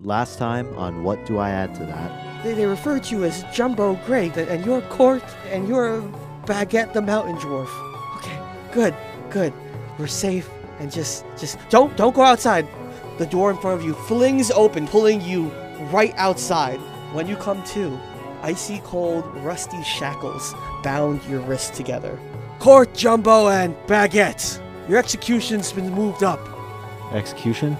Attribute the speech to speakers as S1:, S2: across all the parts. S1: Last time on What Do I Add to That?
S2: They, they refer to you as Jumbo Greg, th- and you're Court, and you're Baguette the Mountain Dwarf. Okay, good, good. We're safe, and just, just don't, don't go outside. The door in front of you flings open, pulling you right outside. When you come to, icy cold, rusty shackles bound your wrists together. Court Jumbo and Baguette, your execution's been moved up.
S1: Execution?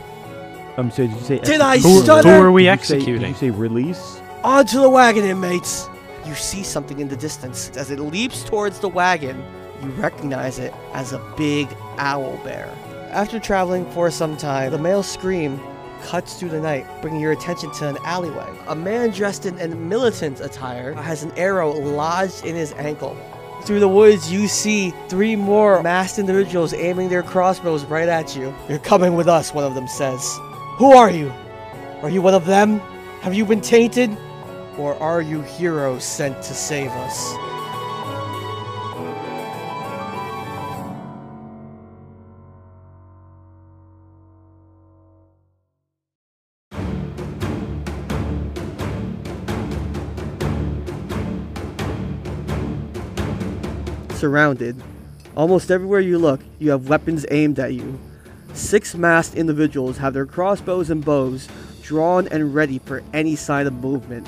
S3: Um, so did you say?
S2: Did I
S3: execute?
S2: stutter? Who
S4: are we
S3: Did you say-
S4: executing?
S3: did you say release?
S2: Onto the wagon, inmates! You see something in the distance. As it leaps towards the wagon, you recognize it as a big owl bear. After traveling for some time, the male scream cuts through the night, bringing your attention to an alleyway. A man dressed in, in militant attire has an arrow lodged in his ankle. Through the woods, you see three more masked individuals aiming their crossbows right at you. You're coming with us, one of them says. Who are you? Are you one of them? Have you been tainted? Or are you heroes sent to save us? Surrounded. Almost everywhere you look, you have weapons aimed at you. Six masked individuals have their crossbows and bows drawn and ready for any sign of movement.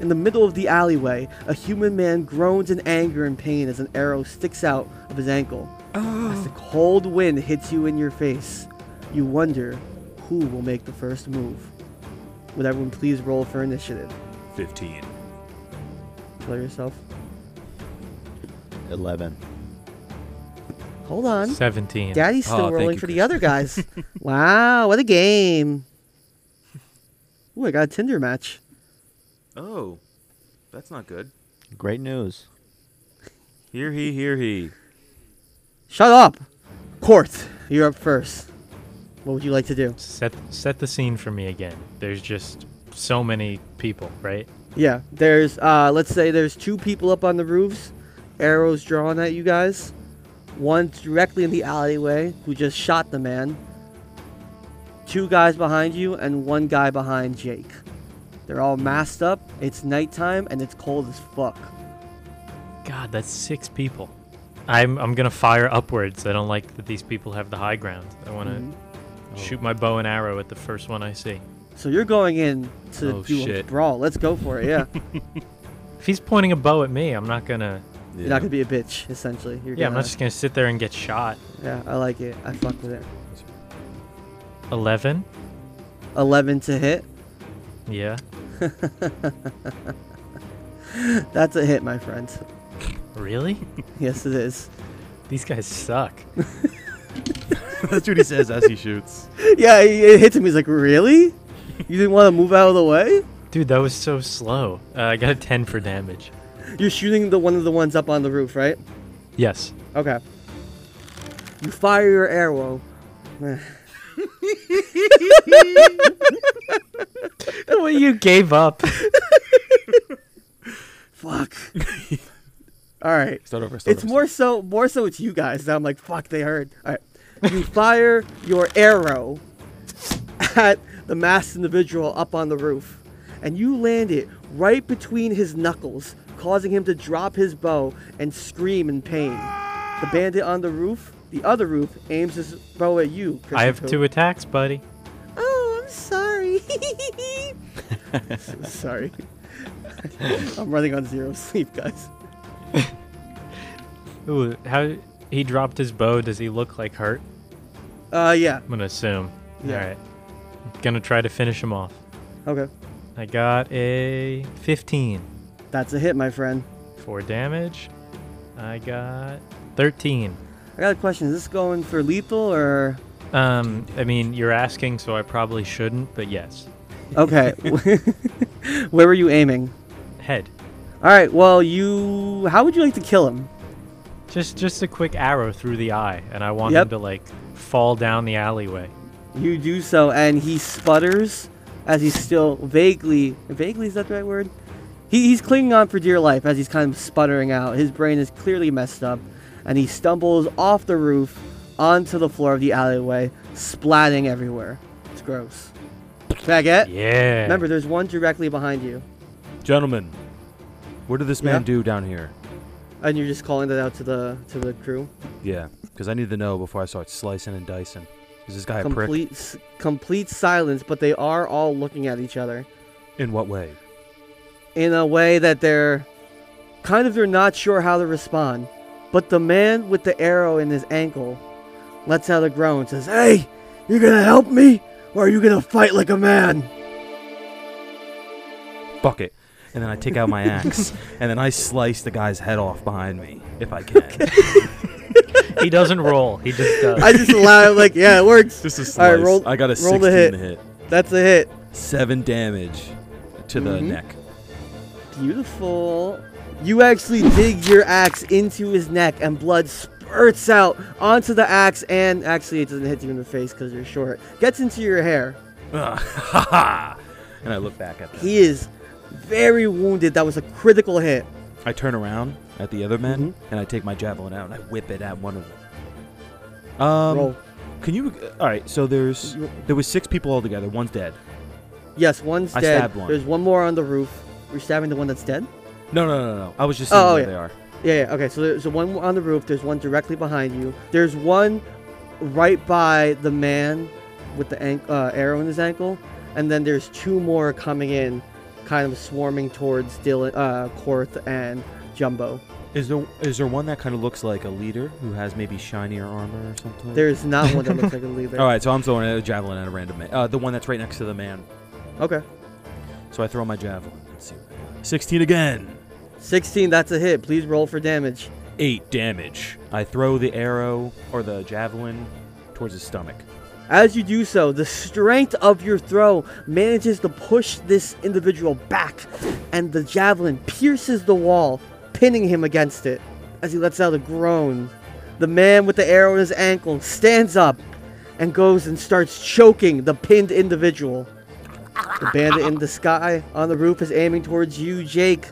S2: In the middle of the alleyway, a human man groans in anger and pain as an arrow sticks out of his ankle. As the cold wind hits you in your face, you wonder who will make the first move. Would everyone please roll for initiative?
S4: 15.
S2: Kill yourself.
S1: 11.
S2: Hold on.
S4: 17.
S2: Daddy's still
S4: Oh, thank
S2: rolling
S4: you,
S2: for the
S4: Chris.
S2: other guys. wow, what a game. Ooh, I got a Tinder match.
S5: Oh, that's not good.
S1: Great news.
S5: Here he, here he.
S2: Shut up! Court, you're up first. What would you like to do?
S4: Set, set the scene for me again. There's just so many people, right?
S2: Yeah, there's uh let's say there's two people up on the roofs, arrows drawn at you guys. One directly in the alleyway who just shot the man. Two guys behind you and one guy behind Jake. They're all masked up. It's nighttime and it's cold as fuck.
S4: God, that's six people. I'm, I'm going to fire upwards. I don't like that these people have the high ground. I want to shoot my bow and arrow at the first one I see.
S2: So you're going in to
S4: Oh,
S2: do a
S4: shit.
S2: brawl. Let's go for it. Yeah,
S4: If he's pointing a bow at me, I'm not going to.
S2: you're not gonna be a bitch. Essentially, you're
S4: Yeah, I'm
S2: gonna,
S4: not just going to sit there and get shot.
S2: yeah, I like it. I fuck with it.
S4: 11?
S2: Eleven to hit.
S4: Yeah.
S2: That's a hit, my friend.
S4: Really?
S2: Yes, it is.
S4: These guys suck.
S5: that's what he says as he shoots.
S2: Yeah, it it hits him. He's like, really? You didn't want to move out of the way?
S4: Dude, that was so slow. Uh, I got a 10 for damage.
S2: You're shooting the one of the ones up on the roof, right?
S4: Yes.
S2: Okay. You fire your arrow.
S4: The way you gave up.
S2: Fuck. All right.
S5: Start over. Start
S2: It's more so, more so, it's you guys that I'm like, fuck, they heard. All right. You fire your arrow at the masked individual up on the roof, and you land it right between his knuckles, causing him to drop his bow and scream in pain. The bandit on the roof, the other roof, aims his bow at you.
S4: I have
S2: Christopher.
S4: two attacks, buddy.
S2: Oh, I'm sorry. So sorry. I'm running on zero sleep, guys.
S4: Ooh, how he dropped his bow. Does he look like hurt?
S2: Uh, yeah.
S4: I'm gonna assume.
S2: Yeah.
S4: All right. I'm gonna try to finish him off.
S2: Okay.
S4: I got a 15
S2: That's a hit, my friend.
S4: for damage. I got 13.
S2: I got a question. Is this going for lethal or?
S4: Um, I mean, you're asking, so I probably shouldn't, but yes.
S2: Okay. Where were you aiming?
S4: Head.
S2: All right. Well, you. How would you like to kill him?
S4: Just, just a quick arrow through the eye, and I want
S2: Yep.
S4: him to like fall down the alleyway.
S2: You do so, and he sputters as he's still vaguely. Vaguely is that the right word? He, he's clinging on for dear life as he's kind of sputtering out. His brain is clearly messed up, and he stumbles off the roof onto the floor of the alleyway, splatting everywhere. It's gross. Can I get?
S4: Yeah.
S2: Remember, there's one directly behind you,
S5: Gentlemen, what did this man
S2: Yeah?
S5: do down here?
S2: and you're just calling that out to the to the crew.
S5: Yeah, because I need to know before I start slicing and dicing. Is this guy a prick?
S2: complete s- complete silence, but they are all looking at each other
S5: In what way?
S2: in a way that they're kind of they're not sure how to respond. But the man with the arrow in his ankle lets out a groan and says, "Hey, you're gonna help me, or are you gonna fight like a man?"
S5: Fuck it. And then I take out my axe, and then I slice the guy's head off behind me, if I can.
S4: he doesn't roll. He just does.
S2: I just allow like, yeah, it works.
S5: Just a
S2: All
S5: slice.
S2: right, roll-
S5: I got a
S2: roll
S5: 16
S2: the
S5: to hit.
S2: That's a hit.
S5: Seven damage to the
S2: Mhm.
S5: neck.
S2: Beautiful. You actually dig your axe into his neck, and blood spurts out onto the axe, and actually, it doesn't hit you in the face because you're short. Gets into your hair.
S5: Ah, ha ha! And I look back at them.
S2: He is very wounded. That was a critical hit.
S5: I turn around at the other men,
S2: Mm-hmm.
S5: and I take my javelin out and I whip it at one of them. Um,
S2: Roll.
S5: Can you? All right. So there's
S2: You-
S5: there was six people altogether. One's dead.
S2: Yes, one's
S5: I
S2: dead.
S5: stabbed one.
S2: There's one more on the roof. We're stabbing the one that's dead.
S5: No, no, no, no. I was just seeing
S2: Oh,
S5: where
S2: yeah.
S5: they are.
S2: Yeah, yeah. Okay. So there's the one on the roof. There's one directly behind you. There's one right by the man with the ank- uh, arrow in his ankle, and then there's two more coming in, kind of swarming towards Dylan, uh, Korth, and Jumbo.
S5: Is there is there one that kind of looks like a leader who has maybe shinier armor or something?
S2: There's not one that looks like a leader.
S5: All right. So I'm throwing a javelin at a random man. Uh, the one that's right next to the man.
S2: Okay.
S5: So I throw my javelin. Let's see. what I got. Sixteen again.
S2: 16. That's a hit. Please roll for damage.
S5: Eight damage. I throw the arrow or the javelin towards his stomach.
S2: As you do so, the strength of your throw manages to push this individual back, and the javelin pierces the wall, pinning him against it. As he lets out a groan, the man with the arrow in his ankle stands up and goes and starts choking the pinned individual. The bandit in the sky on the roof is aiming towards you, Jake,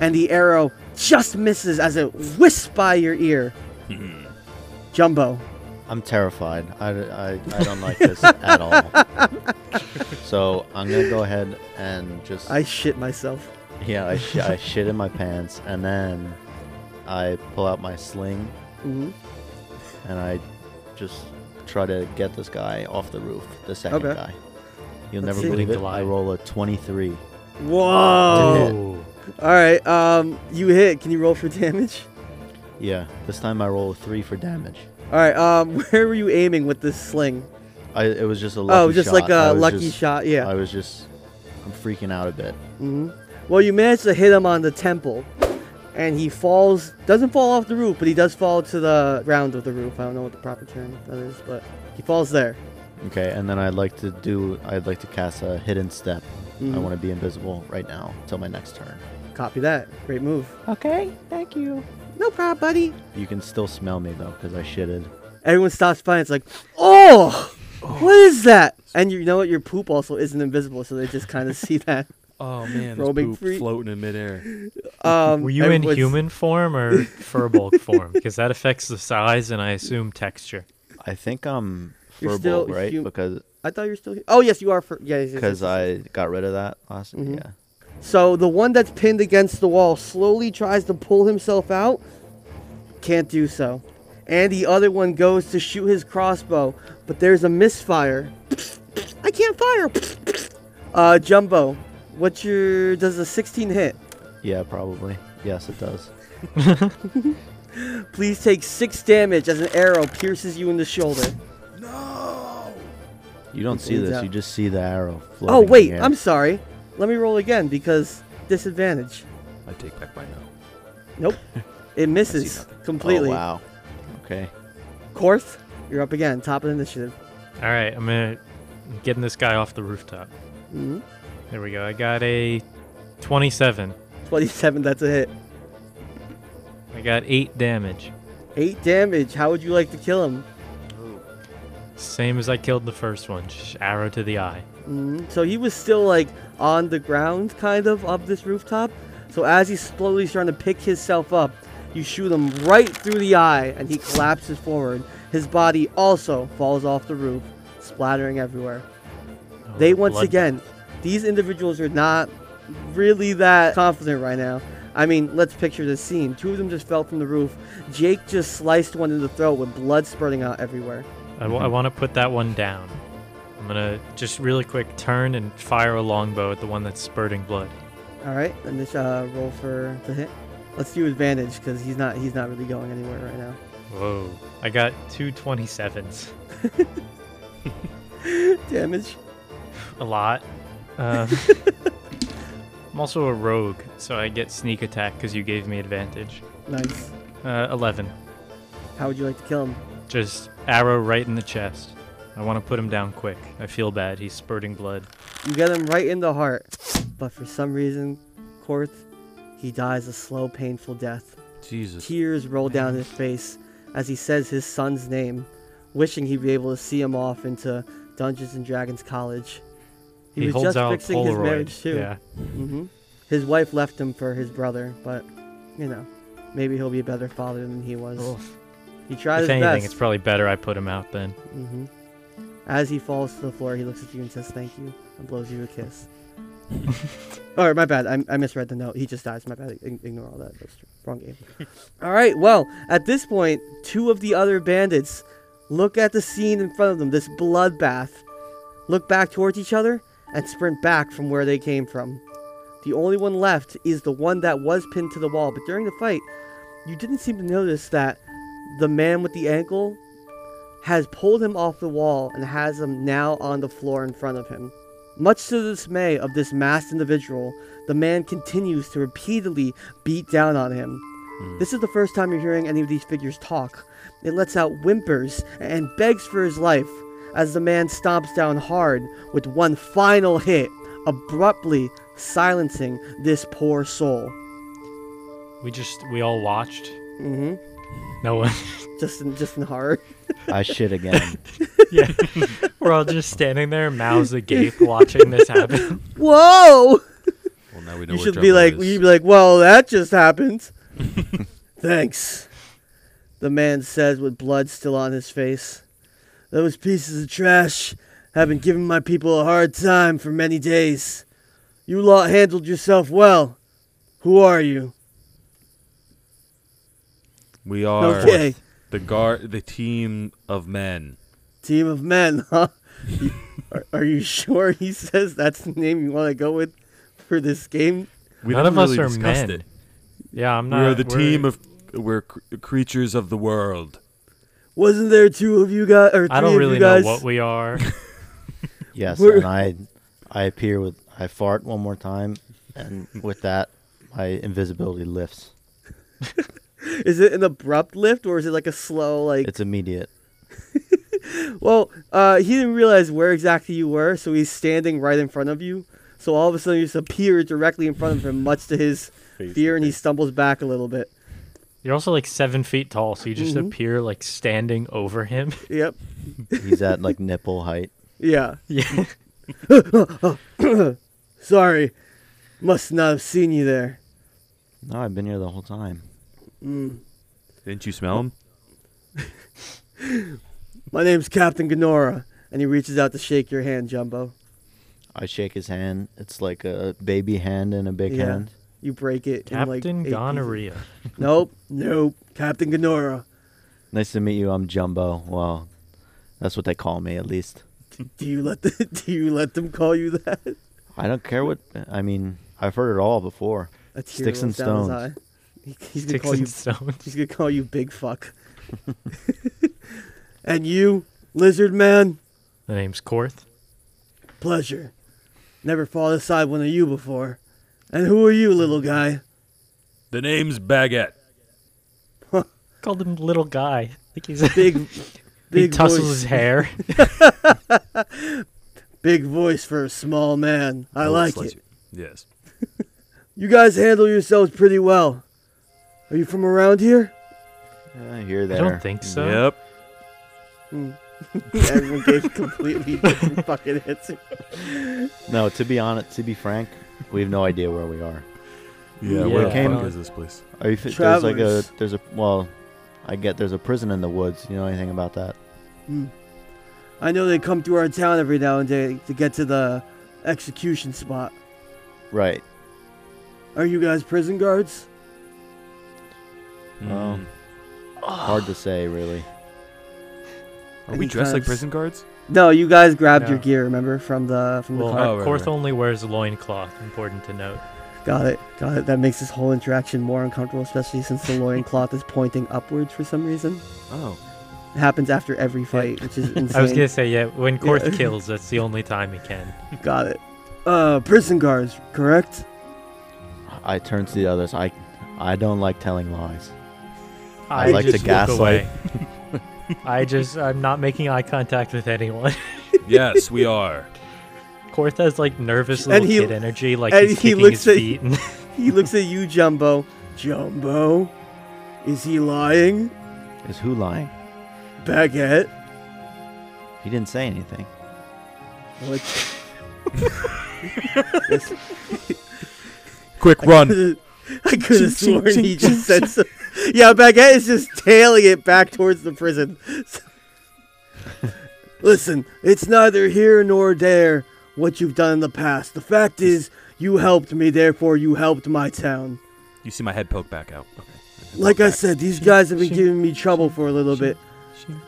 S2: and the arrow just misses as it whisks by your ear. Jumbo,
S1: I'm terrified. I, I, I don't like this at all. So I'm gonna go ahead and just
S2: I shit myself.
S1: yeah I, sh- I shit in my pants and then I pull out my sling
S2: Mhm.
S1: and I just try to get this guy off the roof. The second
S2: Okay.
S1: guy. You'll
S2: Let's
S1: never
S2: see.
S1: believe it.
S4: July.
S1: I roll a 23.
S2: Whoa!
S4: Oh.
S2: All right, um, you hit. Can you roll for damage?
S1: Yeah, this time I roll a three for damage.
S2: All right, um, where were you aiming with this sling?
S1: I it was just a lucky
S2: oh, just
S1: shot.
S2: like
S1: I
S2: a
S1: was
S2: lucky
S1: just-
S2: shot. Yeah.
S1: I was just I'm freaking out a bit.
S2: hmm Well, you managed to hit him on the temple, and he falls. Doesn't fall off the roof, but he does fall to the ground of the roof. I don't know what the proper term that is, but he falls there.
S1: Okay, and then I'd like to do I'd like to cast a hidden step. I
S2: Mm-hmm.
S1: want to be invisible right now till my next turn.
S2: to copy that. Great move.
S1: Okay, thank you.
S2: No problem, buddy.
S1: You can still smell me though cuz I shitted.
S2: Everyone stops by. It's like, oh, what is that? And you know what? Your poop also isn't invisible, so they just kind of see that.
S5: Oh man,
S2: this Roaming poop free.
S5: floating in midair.
S2: Um,
S4: Were you in
S2: everyone's-
S4: human form or furball form? Because that affects the size and I assume texture.
S1: I think I'm
S2: You're
S1: furball,
S2: still
S1: right?
S2: hum-
S1: because
S2: I thought you were still here. Oh yes, you are. For yeah, yes, yes,
S1: cuz
S2: yes, yes.
S1: I got rid of that last
S2: Mhm.
S1: yeah.
S2: So the one that's pinned against the wall slowly tries to pull himself out. Can't do so. And the other one goes to shoot his crossbow, but there's a misfire. I can't fire. Uh, Jumbo, what's your does a 16 hit?
S1: Yeah, probably. Yes, it does.
S2: Please take six damage as an arrow pierces you in the shoulder.
S1: You don't see
S2: bleeds
S1: this.
S2: out.
S1: You just see the arrow.
S2: Oh
S1: floating in
S2: wait,
S1: the air.
S2: I'm sorry. Let me roll again because disadvantage.
S5: I take back my no.
S2: Nope, it misses
S5: nothing.
S2: completely.
S1: Oh, wow. Okay.
S2: Korth, you're up again, top of the initiative.
S4: All right, I'm gonna I'm getting this guy off the rooftop.
S2: Mhm.
S4: There we go. I got a 27.
S2: 27, that's a hit.
S4: I got eight damage,
S2: 8 damage. How would you like to kill him?
S4: same as I killed the first one. Just arrow to the eye.
S2: Mhm. So he was still like on the ground, kind of, of this rooftop. So as he's slowly starting to pick himself up, you shoot him right through the eye and he collapses forward. His body also falls off the roof, splattering everywhere.
S4: Oh,
S2: They once
S4: blood-
S2: again, these individuals are not really that confident right now. I mean, let's picture this scene. Two of them just fell from the roof. Jake just sliced one in the throat with blood spurting out everywhere.
S4: I, want to put that one down. I'm gonna just really quick turn and fire a longbow at the one that's spurting blood.
S2: All right, and this uh, roll for the hit. Let's do advantage because he's not he's not really going anywhere right now.
S4: Whoa! I got two 27s.
S2: Damage.
S4: A lot. Um, I'm also a rogue, so I get sneak attack because you gave me advantage.
S2: Nice.
S4: Uh, 11.
S2: How would you like to kill him?
S4: Just arrow right in the chest. I want to put him down quick. I feel bad. He's spurting blood.
S2: You get him right in the heart, but for some reason, Korth, he dies a slow, painful death.
S5: Jesus.
S2: Tears roll down his face as he says his son's name, wishing he'd be able to see him off into Dungeons and Dragons College. He, was
S4: holds
S2: just
S4: out
S2: fixing
S4: Polaroid.
S2: his marriage too.
S4: Yeah.
S2: hmm His wife left him for his brother, but you know, maybe he'll be a better father than he was. He tried
S4: Oh. If
S2: his
S4: anything,
S2: best.
S4: it's probably better I put him out then.
S2: hmm As he falls to the floor, he looks at you and says, "Thank you," and blows you a kiss. or my bad, I, I misread the note. He just dies. My bad. Ign- Ignore all that. That's wrong game. all right. Well, at this point, two of the other bandits look at the scene in front of them. This bloodbath. Look back towards each other and sprint back from where they came from. The only one left is the one that was pinned to the wall. But during the fight, you didn't seem to notice that the man with the ankle has pulled him off the wall and has him now on the floor in front of him. Much to the dismay of this masked individual, the man continues to repeatedly beat down on him. This is the first time you're hearing any of these figures talk. It lets out whimpers and begs for his life as the man stomps down hard with one final hit, abruptly silencing this poor soul.
S4: We just, we all watched.
S2: hmm
S4: No one.
S2: Just in, just in horror.
S1: I shit again.
S4: yeah. We're all just standing there, mouths agape, watching this happen.
S2: Whoa!
S6: Well, now we know
S2: you
S6: what
S2: should
S6: Jumbo
S2: be like,
S6: is.
S2: you'd be like, well, that just happened. Thanks. The man says with blood still on his face. Those pieces of trash have been giving my people a hard time for many days. You lot handled yourself well. Who are you?
S5: We are
S2: Okay,
S5: the guard, the team of men.
S2: team of men, huh? You- are, are you sure he says that's the name you want to go with for this game?
S5: We
S4: None
S5: haven't
S4: of us
S5: really
S4: are
S5: discussed
S4: men.
S5: It.
S4: Yeah, I'm
S5: We
S4: not.
S5: are the
S4: we're-
S5: team of we're cr- creatures of the world.
S2: Wasn't there two of you guys or three
S4: I don't
S2: of
S4: really
S2: you guys?
S4: know what we are.
S1: Yes,
S2: We're-
S1: and I, I appear with I fart one more time, and with that, my invisibility lifts.
S2: Is it an abrupt lift or is it like a slow like?
S1: It's immediate.
S2: Well, uh, he didn't realize where exactly you were, so he's standing right in front of you. So all of a sudden, you just appear directly in front of him, much to his fear, and he stumbles back a little bit.
S4: You're also like seven feet tall, so you just
S2: Mm-hmm.
S4: appear like standing over him.
S2: Yep.
S1: He's at like nipple height.
S2: Yeah.
S4: Yeah.
S2: Sorry. Must not have seen you there.
S1: No, I've been here the whole time. Mm.
S5: Didn't you smell him?
S2: My name's Captain Gonora, and he reaches out to shake your hand, Jumbo.
S1: I shake his hand. It's like a baby hand and a big
S2: Yeah.
S1: hand.
S2: You break it. in, like,
S4: Captain
S2: eight
S4: Gonorrhea.
S2: pieces. Nope. Nope. Captain Gonora.
S1: Nice to meet you. I'm Jumbo. Well, that's what they call me, at least.
S2: Do you let the, do you let them call you that?
S1: I don't care what. I mean, I've heard it all before.
S2: A tear
S1: Sticks and
S2: rolls down his
S1: stones.
S2: eye. He, he's gonna
S4: Sticks
S2: call you
S4: and stones.
S2: He's gonna call you big fuck. and you, lizard man,
S4: The name's Korth.
S2: pleasure. Never fought aside one of you before. And who are you, little guy?
S5: The name's Baguette.
S4: Called him little guy. Like he's
S2: Big,
S4: he
S2: big
S4: tussles
S2: voice,
S4: his hair.
S2: big voice for a small man. I
S5: Oh,
S2: like
S5: slice
S2: it.
S5: Yes.
S2: You guys handle yourselves pretty well. Are you from around here?
S1: Uh, here,
S4: I
S1: there.
S4: don't think so.
S5: Yep.
S2: Everyone gave completely different fucking answer.
S1: No, to be honest, to be frank, we have no idea where we are.
S5: Yeah.
S4: where the
S5: Where
S4: Yeah.
S5: the
S4: fuck
S5: fuck
S4: is
S5: is this place?
S1: Are you? Fi- there's like a.
S2: Travelers.
S1: There's a. Well, I get there's a prison in the woods. You know anything about that?
S2: I know they come through our town every now and day to get to the execution spot.
S1: Right.
S2: Are you guys prison guards?
S5: Hmm.
S4: Oh.
S1: Well, hard to say, really.
S5: Are we dressed like prison guards?
S2: No, you guys grabbed your
S4: No.
S2: gear. Remember from the from the
S4: Well, uh,
S2: car.
S5: Oh, right,
S4: Korth
S5: right.
S4: only wears loincloth, important to note.
S2: Got it. Got it. That makes this whole interaction more uncomfortable, especially since the loincloth is pointing upwards for some reason.
S5: Oh.
S2: It happens after every fight, which is insane.
S4: I was going to say, yeah, when Korth
S2: Yeah.
S4: kills, that's the only time he can.
S2: Got it. Uh, prison guards, correct?
S1: I turn to the others. I, I don't like telling lies. I
S4: I
S1: like to
S4: just walk
S1: gaslight.
S4: away. I just, I'm not making eye contact with anyone.
S5: yes, we are.
S4: Korth has like nervous
S2: And
S4: little
S2: he-
S4: kid energy, like
S2: and
S4: he's
S2: he
S4: kicking
S2: looks
S4: his
S2: at-
S4: feet. And
S2: He looks at you, Jumbo. Jumbo, is he lying?
S1: Is who lying?
S2: Baguette.
S1: He didn't say anything.
S2: What?
S5: Quick run.
S2: I could have sworn he just said so. Yeah, Baguette is just tailing it back towards the prison. Listen, it's neither here nor there what you've done in the past. The fact is, you helped me, therefore you helped my town.
S5: You see my head poke back out. Okay.
S2: Like I said, these guys have been giving me trouble for a little bit,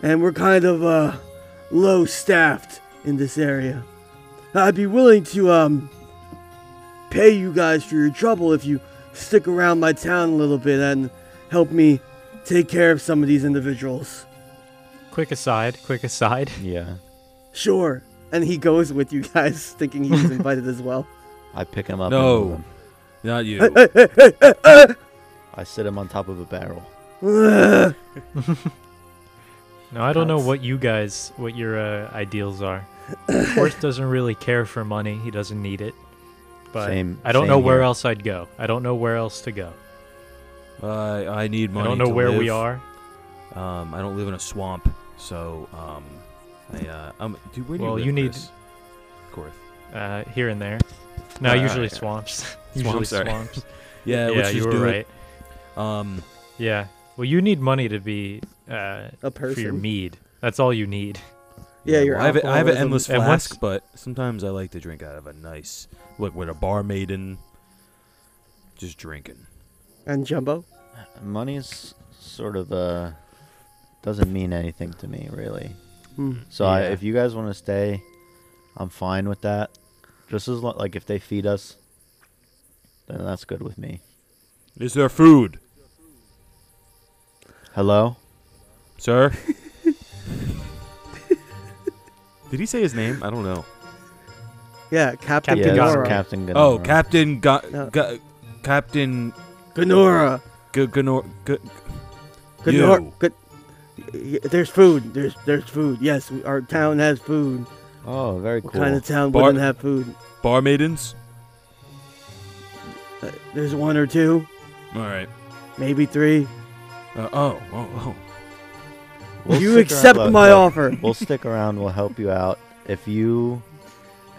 S2: and we're kind of uh, low staffed in this area. I'd be willing to um, pay you guys for your trouble if you stick around my town a little bit and help me take care of some of these individuals.
S4: quick aside, quick aside.
S1: Yeah.
S2: Sure. And he goes with you guys, thinking he was invited as well.
S1: I pick him up.
S5: No.
S1: And move him.
S5: Not you.
S1: I sit him on top of a barrel.
S4: Now I don't know what you guys, what your uh, ideals are. Korth doesn't really care for money; he doesn't need it. But
S1: Same-
S4: I don't
S1: same
S4: know where
S1: here.
S4: else I'd go. I don't know where else to go.
S5: I I need money.
S4: I don't know
S5: to
S4: where we
S5: live.
S4: are.
S5: Um, I don't live in a swamp, so um, I uh, um, dude, where do
S4: Well,
S5: you live,
S4: you need-
S5: Chris? Korth.
S4: Uh, here and there. No,
S5: Uh,
S4: usually
S5: yeah.
S4: swamps. usually
S5: Swamps, sorry.
S4: swamps.
S5: Yeah,
S4: yeah,
S5: let's
S4: you
S5: just
S4: were
S5: do
S4: right.
S5: it. Um,
S4: Yeah. Well, you need money to be uh,
S2: A
S4: for your
S2: person.
S4: mead. That's all you need.
S2: Yeah, your
S5: well, I have, a- I have an
S2: alcoholism-
S5: endless
S4: And once-
S5: flask, but sometimes I like to drink out of a nice look with a barmaiden. Just drinking.
S2: And Jumbo?
S1: Money is sort of uh doesn't mean anything to me really.
S2: Hmm.
S1: So I,
S5: Yeah.
S1: if you guys want to stay, I'm fine with that. Just as lo- like if they feed us, then that's good with me.
S5: Is there food,
S1: Hello.
S5: sir? Did he say his name? I don't know.
S2: Yeah, Captain
S1: yeah,
S4: Captain
S1: that's
S4: Gennaro.
S1: Captain. Gennaro.
S5: Oh, Captain Ga-
S2: No.
S5: Ga- Captain
S2: Ganora.
S5: G- Ganor. G-
S2: Good,
S5: You.
S2: nor- good. y- y- There's food. There's there's food. Yes, we- our town has food.
S1: Oh, very
S2: What
S1: cool.
S2: kind of town
S5: Bar-
S2: wouldn't have food?
S5: barmaidens.
S2: Uh, There's one or two,
S5: All right.
S2: maybe three.
S5: Uh, oh, oh, oh.
S1: We'll
S2: you
S1: stick around-
S2: accept
S1: look,
S2: my
S1: look,
S2: offer.
S1: We'll stick around. We'll help you out if you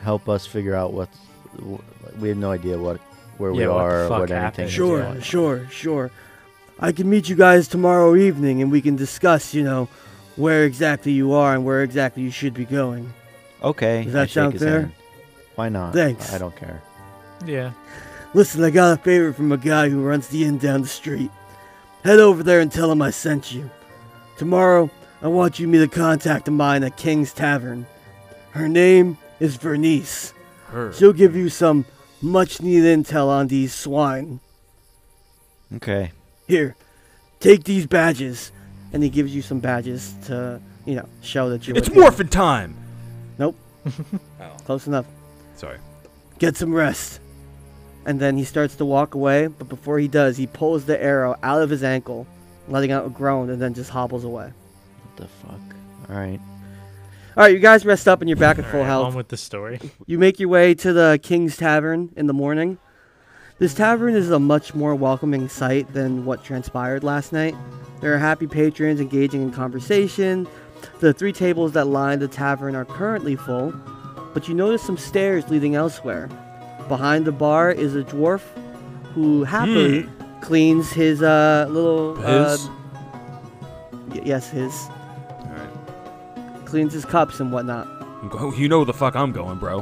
S1: help us figure out what's. w- We have no idea what where we
S4: Yeah, what the
S1: are,
S4: fuck
S1: what anything.
S4: happened.
S1: is.
S2: Sure,
S4: Yeah.
S2: sure, sure. I can meet you guys tomorrow evening, and we can discuss. You know, where exactly you are and where exactly you should be going.
S1: Okay.
S2: Does
S1: I
S2: that
S1: shake
S2: sound
S1: his
S2: fair?
S1: hand. Why not?
S2: Thanks.
S1: I don't care.
S4: Yeah.
S2: Listen, I got a favor from a guy who runs the inn down the street. Head over there and tell him I sent you. Tomorrow, I want you to meet a contact of mine at King's Tavern. Her name is Vernice.
S5: Her.
S2: She'll give you some much needed intel on these swine.
S1: Okay.
S2: Here, take these badges. And he gives you some badges to, you know, show that you're.
S5: It's
S2: with him.
S5: morphin' time.
S2: Nope.
S5: Oh,
S2: Close enough.
S5: sorry.
S2: get some rest. And then he starts to walk away, but before he does, he pulls the arrow out of his ankle, letting out a groan, and then just hobbles away.
S1: What the fuck? All right.
S2: All right, you guys rest up and you're back at
S4: All
S2: full
S4: right,
S2: health.
S4: on with the story.
S2: You make your way to the King's Tavern in the morning. This tavern is a much more welcoming sight than what transpired last night. There are happy patrons engaging in conversation. The three tables that line the tavern are currently full, but you notice some stairs leading elsewhere. Behind the bar is a dwarf who happily cleans his uh, little.
S5: Hmm. His.
S2: Uh, y- yes, his.
S5: All right.
S2: cleans his cups and whatnot.
S5: I'm go- you know the fuck I'm going, bro.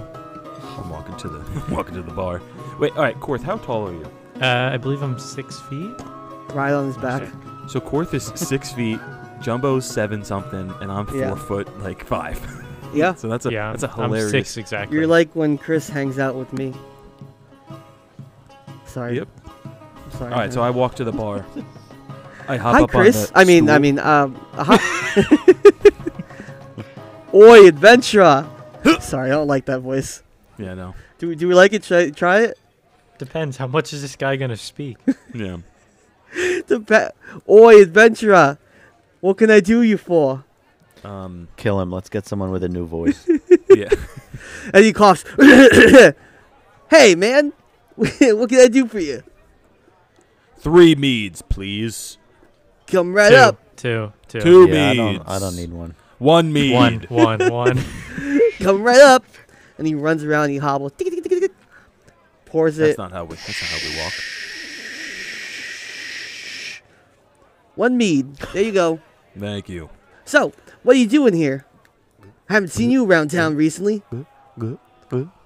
S5: I'm walking to the I'm walking to the bar. Wait, all right, Korth, how tall are you?
S4: Uh, I believe I'm six feet.
S2: Right on his back.
S5: So Korth is six feet, Jumbo's seven something, and I'm four
S2: Yeah.
S5: foot like five.
S2: Yeah.
S5: so that's a
S4: yeah,
S5: that's a
S4: I'm
S5: hilarious.
S4: six exactly.
S2: You're like when Chris hangs out with me. Sorry.
S5: Yep.
S2: I'm sorry.
S5: All right, so I walk to the bar. I hop
S2: Hi,
S5: up
S2: Chris.
S5: on the
S2: I mean, I
S5: stool.
S2: mean, um, uh, hi- Oi, Adventura. sorry, I don't like that voice.
S5: yeah, no,
S2: Do we, do we like it? Should I try it?
S4: Depends. How much is this guy gonna speak?
S5: yeah.
S2: Depe- Oi, Adventura. What can I do you for?
S5: Um,
S1: Kill him. Let's get someone with a new voice.
S5: yeah.
S2: And he coughs. hey, man. what can I do for you?
S5: Three meads, please.
S2: Come right
S4: two,
S2: up.
S4: two, two.
S5: Two
S1: yeah, I
S5: meads.
S1: don't. I don't need one.
S5: one mead.
S4: One, one, one.
S2: Come right up. And he runs around. He hobbles. tick, tick, tick, tick, tick, Pours
S5: That's
S2: it.
S5: not how we. That's not how we walk.
S2: One mead. There you go.
S5: Thank you.
S2: So, what are you doing here? Haven't seen you around town recently.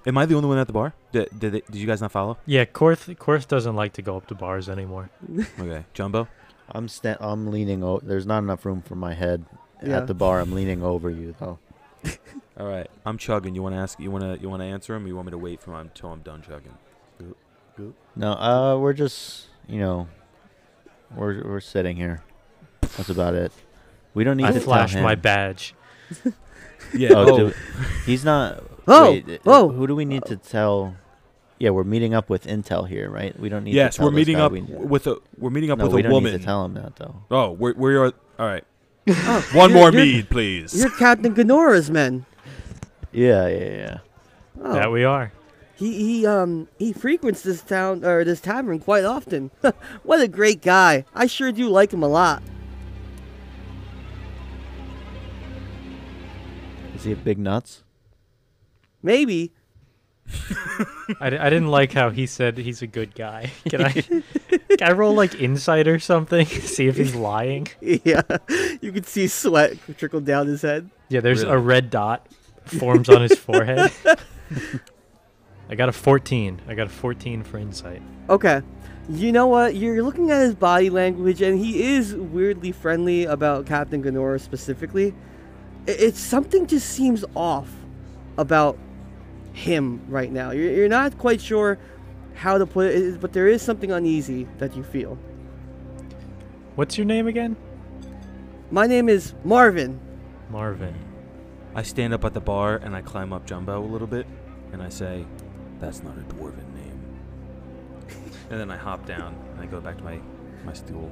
S5: Am I the only one at the bar? Did did, they, did you guys not follow?
S4: yeah, Korth, Korth doesn't like to go up to bars anymore.
S5: Okay, Jumbo.
S1: I'm sta- I'm leaning. O- There's not enough room for my head
S2: Yeah.
S1: at the bar. I'm leaning over you though.
S5: All right, I'm chugging. You want to ask? You want to? You want to answer him? Or you want me to wait for him until I'm done chugging?
S1: No, uh, we're just you know, we're we're sitting here. That's about it. We don't need
S4: I
S1: to
S4: flashed
S1: tell him.
S4: my badge.
S5: Yeah.
S1: Oh, do- he's not.
S2: Oh,
S1: wait, uh,
S2: oh.
S1: Who do we need to tell? Yeah, we're meeting up with Intel here, right? We don't need. to
S5: yes,
S1: tell
S5: we're
S1: this
S5: meeting
S1: guy
S5: up
S1: we-
S5: with a. We're meeting up
S1: no,
S5: with
S1: we
S5: a
S1: don't need
S5: woman.
S1: to tell him that though.
S5: oh, we we are. All right.
S2: Oh,
S5: One
S2: you're-
S5: more
S2: you're-
S5: mead, please.
S2: You're Captain Ganora's men.
S1: Yeah, yeah, yeah.
S2: Oh,
S4: That we are.
S2: he he um he frequents this town or this tavern quite often. what a great guy! I sure do like him a lot.
S1: Is he a big nuts?
S2: Maybe
S4: I, d- I didn't like how he said he's a good guy. Can I, can I roll like insight or something? See if he's lying.
S2: yeah, you could see sweat trickle down his head.
S4: Yeah, there's a
S5: Really?
S4: red dot forms on his forehead. I got a 14. I got a 14 for insight.
S2: Okay. You know what? You're looking at his body language, and he is weirdly friendly about Captain Ganora specifically. I- It's something just seems off about him right now. You're, you're not quite sure how to put it, but there is something uneasy that you feel.
S4: What's your name again?
S2: My name is Marvin.
S4: Marvin.
S5: I stand up at the bar and I climb up Jumbo a little bit, and I say, "That's not a dwarven name." and then I hop down and I go back to my my stool.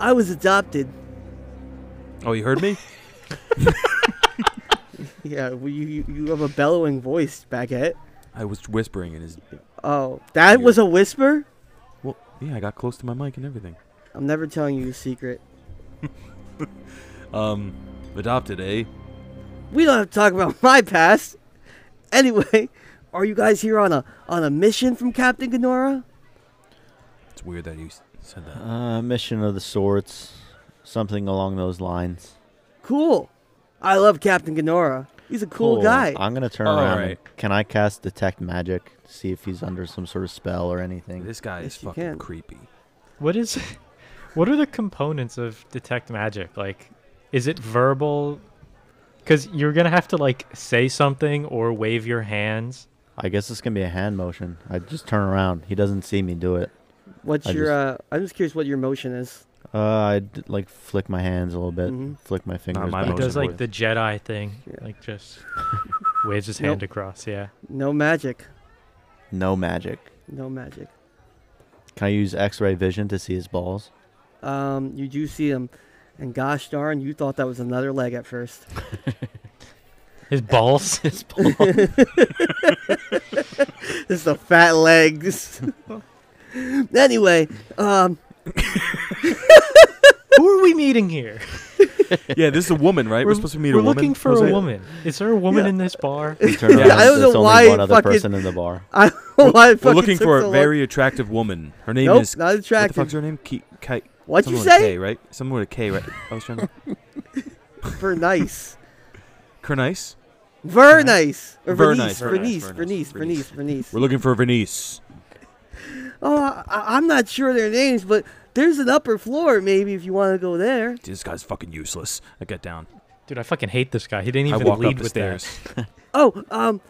S2: I was adopted.
S5: Oh, you heard me?
S2: Yeah, well, you, you you have a bellowing voice, Baguette.
S5: I was whispering in his.
S2: Oh, that
S5: You-
S2: was a whisper?
S5: Well, yeah, I got close to my mic and everything.
S2: I'm never telling you a secret.
S5: Um, adopted, eh?
S2: We don't have to talk about my past. Anyway, are you guys here on a on a mission from Captain Ganora?
S5: It's weird that you s- said that.
S1: Uh, mission of the sorts, something along those lines.
S2: Cool. I love Captain Ganora. He's a cool, guy.
S1: I'm gonna turn
S5: All
S1: around.
S5: right.
S1: and- Can I cast detect magic? to See if he's under some sort of spell or anything.
S5: This guy
S2: Yes,
S5: is
S2: you
S5: fucking
S2: can.
S5: creepy.
S4: What is What are the components of detect magic? Like is it verbal? Cuz you're going to have to like say something or wave your hands.
S1: I guess this can be a hand motion. I just turn around. He doesn't see me do it.
S2: What's
S1: I
S2: your? uh, I'm just curious what your motion is.
S1: Uh, I d- like flick my hands a little bit,
S2: Mhm.
S1: flick my fingers.
S5: my
S1: back and
S4: He
S5: motion
S4: does like
S1: forth.
S4: the Jedi thing,
S2: Yeah.
S4: like just waves his hand across, yeah.
S2: No magic.
S1: no magic.
S2: No magic.
S1: Can I use X-ray vision to see his balls?
S2: Um, you do see him, and gosh darn, you thought that was another leg at first.
S4: His balls.
S1: His balls.
S2: This is a fat legs. anyway, um,
S4: Who are we meeting here?
S5: yeah, this is a woman, right? We're,
S4: We're-
S5: supposed to meet
S4: We're
S5: a woman.
S4: looking for
S5: Was
S4: a
S5: it-
S4: woman. Is there a woman in this bar?
S1: We turn
S5: Yeah,
S1: around.
S5: I
S2: don't know
S1: There's only
S2: why
S1: one other
S2: fucking-
S1: person in the bar.
S2: I don't know why it
S5: We're
S2: fucking
S5: looking
S2: took
S5: for a
S2: so long.
S5: very attractive woman. Her name
S2: nope,
S5: is.
S2: not
S5: What the
S2: attractive.
S5: fuck's her name? Ki- Ki-
S2: What'd you
S5: someone with a
S2: say?
S5: K, right? Someone with a K, right? I was trying to.
S2: For nice.
S5: Kernice.
S2: Ver nice. Or
S5: Ver
S2: Vernice.
S5: nice, Ver nice,
S2: Vernice.
S5: Ver
S2: Vernice.
S5: nice,
S2: Vernice. Vernice.
S5: We're looking for Vernice.
S2: Oh, I, I- I'm not sure their names, but there's an upper floor maybe if you want to go there.
S5: Dude, this guy's fucking useless. I get down.
S4: Dude, I fucking hate this guy. He didn't
S5: I
S4: even
S5: walk
S4: lead
S5: up the
S4: with
S5: stairs.
S2: Oh, um,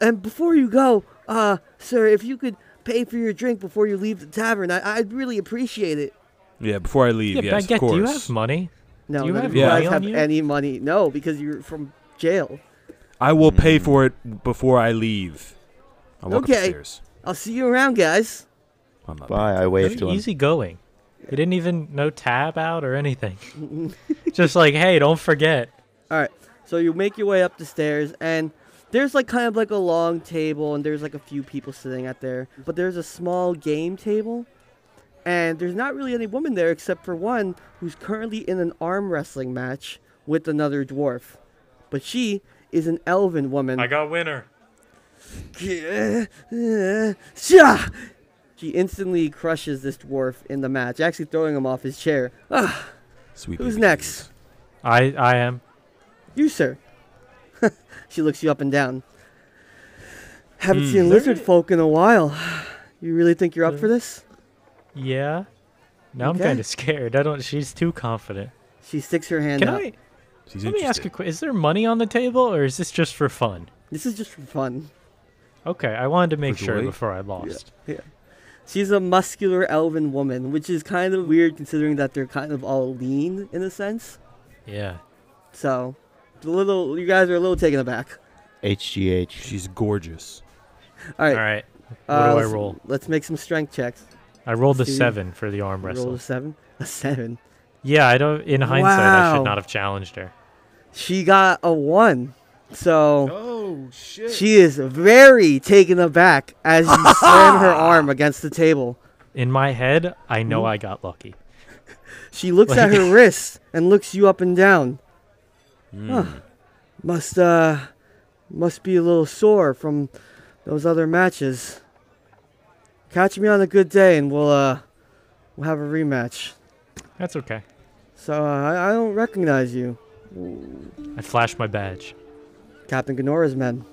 S2: and before you go, uh, sir, if you could pay for your drink before you leave the tavern, I, I'd really appreciate it.
S5: Yeah, before I
S4: that.
S5: leave,
S4: Yeah,
S5: yes,
S4: Baguette,
S5: of course.
S4: do you have money?
S2: No,
S4: Do you
S2: none
S4: have
S2: of you
S5: money
S2: guys
S4: on
S2: have
S4: you?
S2: any money. No, because you're from jail.
S5: I will pay for it before I leave. I walk up
S2: Okay.
S5: the stairs.
S2: I'll see you around, guys.
S5: I'm not
S1: Bye. I wave
S4: Very
S1: to him.
S4: easy going. He didn't even no tab out or anything. Just like, hey, don't forget.
S2: All right. So you make your way up the stairs, and there's like kind of like a long table, and there's like a few people sitting at there. But there's a small game table, and there's not really any woman there except for one who's currently in an arm wrestling match with another dwarf. But she is an elven woman.
S4: I got winner.
S2: Sha! She instantly crushes this dwarf in the match, actually throwing him off his chair. Ah,
S5: Sweet
S2: Who's
S5: baby
S2: next?
S5: Jesus.
S4: I I am.
S2: you, sir. she looks you up and down. Haven't
S4: Hmm.
S2: seen lizard folk in a while. You really think you're up for this?
S4: Yeah. Now I'm
S2: Okay.
S4: kind of scared. I don't. She's too confident.
S2: She sticks her hand
S4: Can
S2: out.
S4: I?
S5: She's
S4: Let me ask a
S5: interested.
S4: question. Is there money on the table, or is this just for fun?
S2: This is just for fun.
S4: Okay, I wanted to make sure
S5: joy?
S4: before I lost.
S2: She's a muscular elven woman, which is kind of weird considering that they're kind of all lean in a sense.
S4: Yeah.
S2: So, a little, you guys are a little taken aback.
S1: HGH.
S5: She's gorgeous.
S2: All right.
S4: All right. What
S2: uh,
S4: do I
S2: let's-
S4: roll?
S2: Let's make some strength checks.
S4: I rolled a
S2: see.
S4: seven for the arm
S2: Roll
S4: wrestle.
S2: a seven. A seven.
S4: Yeah, I don't. In hindsight, I
S2: Wow.
S4: should not have challenged her.
S2: She got a one. So
S5: Oh shit!
S2: she is very taken aback as you slam her arm against the table.
S4: In my head, I know
S2: Mm-hmm.
S4: I got lucky.
S2: She looks at her wrist and looks you up and down.
S5: Hmm.
S2: Huh. Must uh must be a little sore from those other matches. Catch me on a good day and we'll uh we'll have a rematch.
S4: That's okay.
S2: So uh, I, I don't recognize you,
S4: I flashed my badge.
S2: Captain Ganora's men.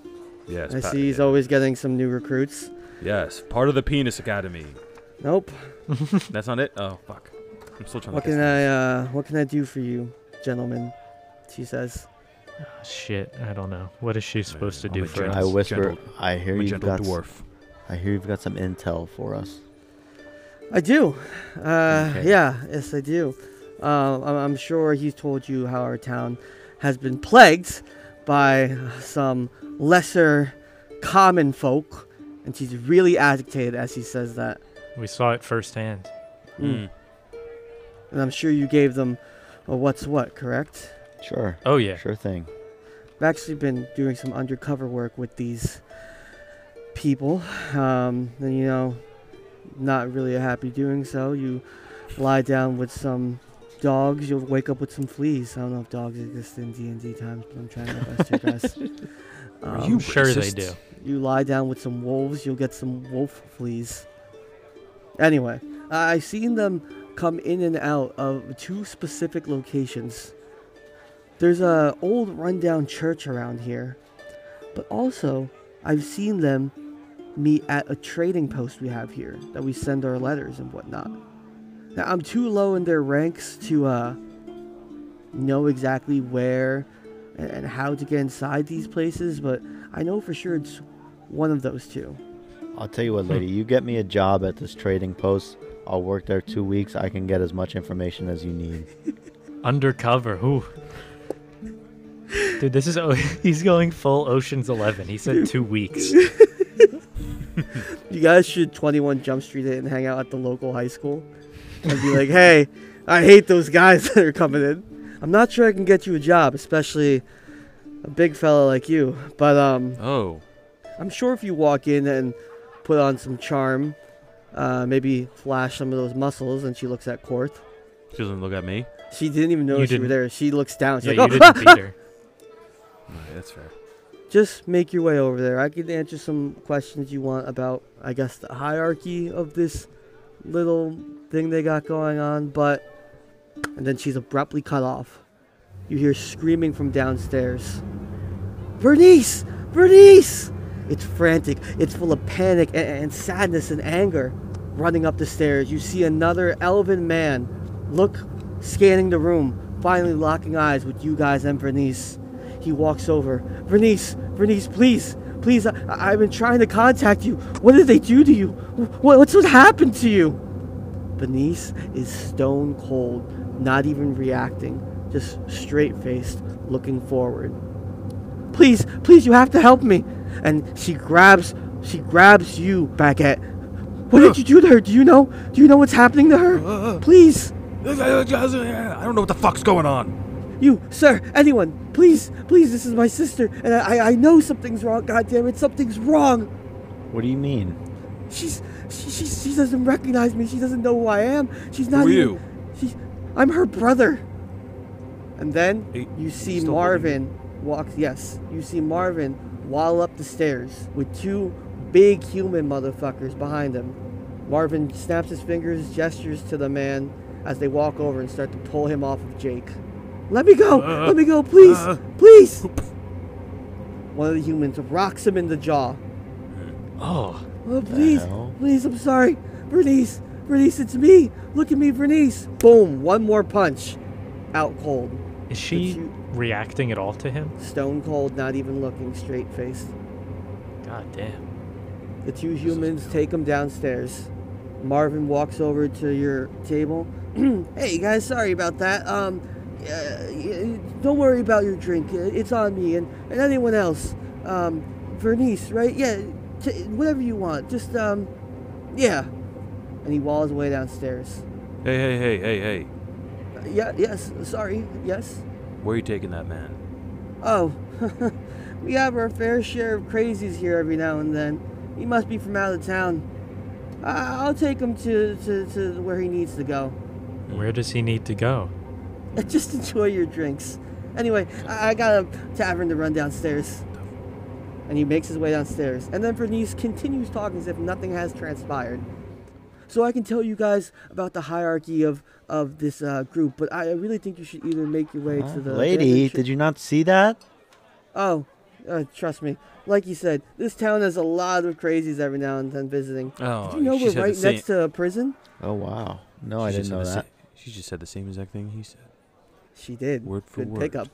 S5: yes,
S2: I
S5: pa-
S2: see he's
S5: yeah.
S2: always getting some new recruits.
S5: Yes, part of the penis academy.
S2: Nope.
S5: That's not it. Oh fuck! I'm still trying
S2: What
S5: to. guess
S2: can
S5: names.
S2: I uh what can I do for you, gentlemen? She says.
S4: Shit, I don't know. What is she supposed to
S5: I'm
S4: do
S5: a
S4: for
S5: giant.
S4: us?
S1: I whisper.
S5: Gentle-
S1: I hear
S5: I'm a
S1: you've
S5: gentle
S1: got. s-
S5: dwarf.
S1: I hear you've got some intel for us.
S2: I do. Uh
S1: Okay.
S2: yeah, yes I do. Uh, I'm, I'm sure he's told you how our town has been plagued by some lesser common folk and she's really agitated as she says that.
S4: We saw it firsthand.
S2: Hmm.
S5: Mm.
S2: Oh. And I'm sure you gave them a what's what, correct?
S1: Sure.
S4: Oh yeah.
S1: Sure thing.
S2: I've actually been doing some undercover work with these people. Um, and you know, not really happy doing so. You lie down with some dogs, you'll wake up with some fleas. I don't know if dogs exist in D and D times, but I'm trying my best here, guys. Um,
S4: I'm
S5: You
S4: sure they
S5: racist.
S4: do.
S2: you lie down with some wolves, you'll get some wolf fleas. Anyway, I- I've seen them come in and out of two specific locations. There's a old rundown church around here, but also I've seen them meet at a trading post we have here that we send our letters and whatnot. Now I'm too low in their ranks to uh, know exactly where and, and how to get inside these places, but I know for sure it's one of those two.
S1: I'll tell you what, lady. You get me a job at this trading post. I'll work there two weeks. I can get as much information as you need.
S4: Undercover. Who? Dude, this is. O- he's going full Ocean's Eleven. He said two weeks.
S2: You guys should 21 Jump Street it and hang out at the local high school and be like, hey, I hate those guys that are coming in. I'm not sure I can get you a job, especially a big fella like you. But um,
S5: Oh,
S2: I'm sure if you walk in and put on some charm, uh, maybe flash some of those muscles, and she looks at Korth.
S5: she doesn't look at me.
S2: She didn't even notice you, were
S4: didn't-
S2: there. She looks down. She's
S4: yeah,
S2: like,
S4: you
S2: oh,
S4: didn't beat her.
S5: Alright, that's fair.
S2: just make your way over there. I can answer some questions you want about, I guess, the hierarchy of this little thing they got going on, but. And then she's abruptly cut off. You hear screaming from downstairs. Bernice! Bernice! It's frantic. It's full of panic and, and sadness and anger. Running up the stairs, you see another elven man. Look, scanning the room, finally locking eyes with you guys and Bernice. He walks over. Bernice, Bernice, please, please, I, I- I've been trying to contact you. What did they do to you? Wh- What, what's what happened to you? Bernice is stone cold, not even reacting, just straight faced, looking forward. Please, please, you have to help me. And she grabs, she grabs you, Baguette. What did you do to her? Do you know? Do you know what's happening to her? Please.
S5: I don't know what the fuck's going on.
S2: You, sir, anyone, please, please, this is my sister, and I, I- I know something's wrong. God damn it, something's wrong.
S1: What do you mean?
S2: She's, she, she, she doesn't recognize me. She doesn't know who I am. She's not.
S5: are
S2: even-
S5: you?
S2: She, I'm her brother. And then
S5: Hey,
S2: you see
S5: still holding
S2: Marvin walk. Yes, you see Marvin wall up the stairs with two big human motherfuckers behind him. Marvin snaps his fingers, gestures to the man as they walk over and start to pull him off of Jake. Let me go!
S5: Uh,
S2: Let me go, please!
S5: uh.
S2: please! One of the humans rocks him in the jaw.
S4: Oh,
S2: Oh, please,
S1: hell?
S2: please, I'm sorry. Bernice, Bernice, it's me. Look at me, Bernice. Boom, one more punch. Out cold.
S4: is she
S2: you-
S4: reacting at all to him?
S2: Stone cold, not even looking, straight faced.
S4: God damn.
S2: The two humans take him downstairs. Marvin walks over to your table. hey, you guys, sorry about that. Um, uh, y- don't worry about your drink. Uh, It's on me and, and anyone else. Um, Vernice, right? Yeah, t- whatever you want. Just, um, yeah. And he walls away downstairs.
S5: Hey, hey, hey, hey, hey.
S2: Yeah, yes, sorry, yes.
S5: Where are you taking that man?
S2: Oh, we have our fair share of crazies here every now and then. He must be from out of town. I- I'll take him to, to, to where he needs to go.
S4: Where does he need to go?
S2: Just enjoy your drinks. Anyway, I, I got a tavern to run downstairs. And he makes his way downstairs. And then Bernice continues talking as if nothing has transpired. So I can tell you guys about the hierarchy of, of this uh, group, but I I really think you should either make your way to the
S1: Uh-huh. Lady, did you not see that?
S2: Oh, uh, trust me. Like you said, this town has a lot of crazies every now and then visiting.
S5: Oh,
S2: Did you know
S5: she
S2: we're
S5: said the
S2: right
S5: same-
S2: next to a prison?
S1: Oh wow. No, I didn't
S5: she just said
S1: know
S5: the sa-
S1: that.
S5: She just said the same exact thing he said.
S2: She did.
S5: Word for
S2: Good
S5: word.
S2: pickup.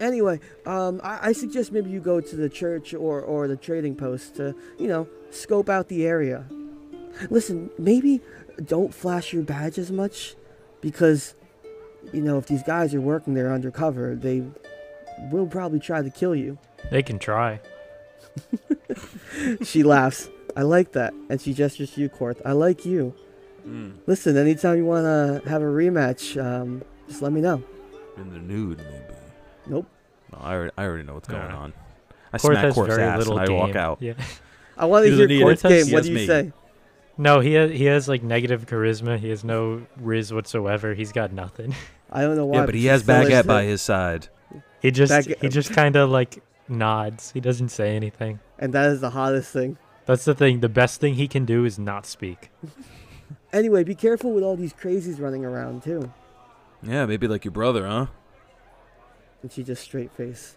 S2: Anyway, um, I, I suggest maybe you go to the church or, or the trading post to, you know, scope out the area. Listen, maybe don't flash your badge as much because, you know, if these guys are working there undercover, they will probably try to kill you.
S4: They can try.
S2: she laughs. I like that. And she gestures to you, Korth. I like you.
S5: Hmm.
S2: Listen, anytime you want to have a rematch, um, just let me know.
S5: In the nude, maybe.
S2: Nope.
S5: No, I already, I already know what's going
S4: Yeah.
S5: on. I
S4: Korth
S5: smack
S4: has
S5: Korth's
S4: very
S5: ass
S4: little
S5: and I walk
S4: game.
S5: out.
S4: Yeah.
S2: I want
S5: He
S2: to hear
S5: doesn't need
S2: Korth's
S5: it.
S2: game.
S5: He
S2: What
S5: has
S2: do you
S5: me.
S2: say?
S4: No, he has, he has like negative charisma. He has no riz whatsoever. He's got nothing.
S2: I don't know why.
S5: Yeah, but he has
S2: still is
S5: Baguette
S2: it.
S5: by his side.
S4: He just
S2: Back-
S4: he just kind of like nods. He doesn't say anything.
S2: And that is the hottest thing.
S4: That's the thing. The best thing he can do is not speak.
S2: Anyway, be careful with all these crazies running around, too.
S5: Yeah, maybe like your brother, huh?
S2: And she just straight face.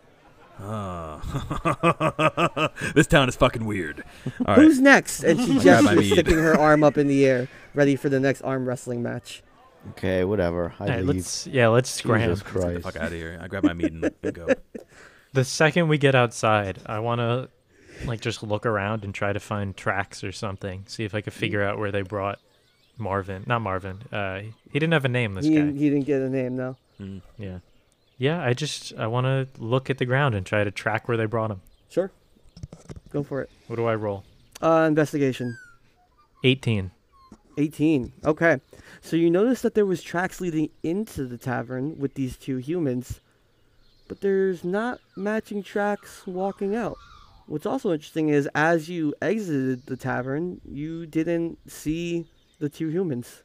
S5: Ah. this town is fucking weird. All right.
S2: Who's next? And she
S5: I got my
S2: gestures,
S5: mead.
S2: sticking her arm up in the air, ready for the next arm wrestling match.
S1: Okay, whatever. I
S4: All right,
S1: leave.
S4: let's yeah, let's scram.
S1: Jesus
S5: Let's get the
S1: Christ.
S5: fuck out of here. I grab my meat and, and go.
S4: The second we get outside, I want to like just look around and try to find tracks or something. See if I could figure out where they brought Marvin. Not Marvin. Uh, he didn't have a name. This
S2: He,
S4: guy.
S2: he didn't get a name, no.
S5: Mm.
S4: Yeah. Yeah. I just I want to look at the ground and try to track where they brought him.
S2: Sure. Go for it.
S4: What do I roll?
S2: Uh, investigation.
S4: 18.
S2: 18. Okay. So you notice that there was tracks leading into the tavern with these two humans, but there's not matching tracks walking out. What's also interesting is as you exited the tavern, you didn't see the two humans.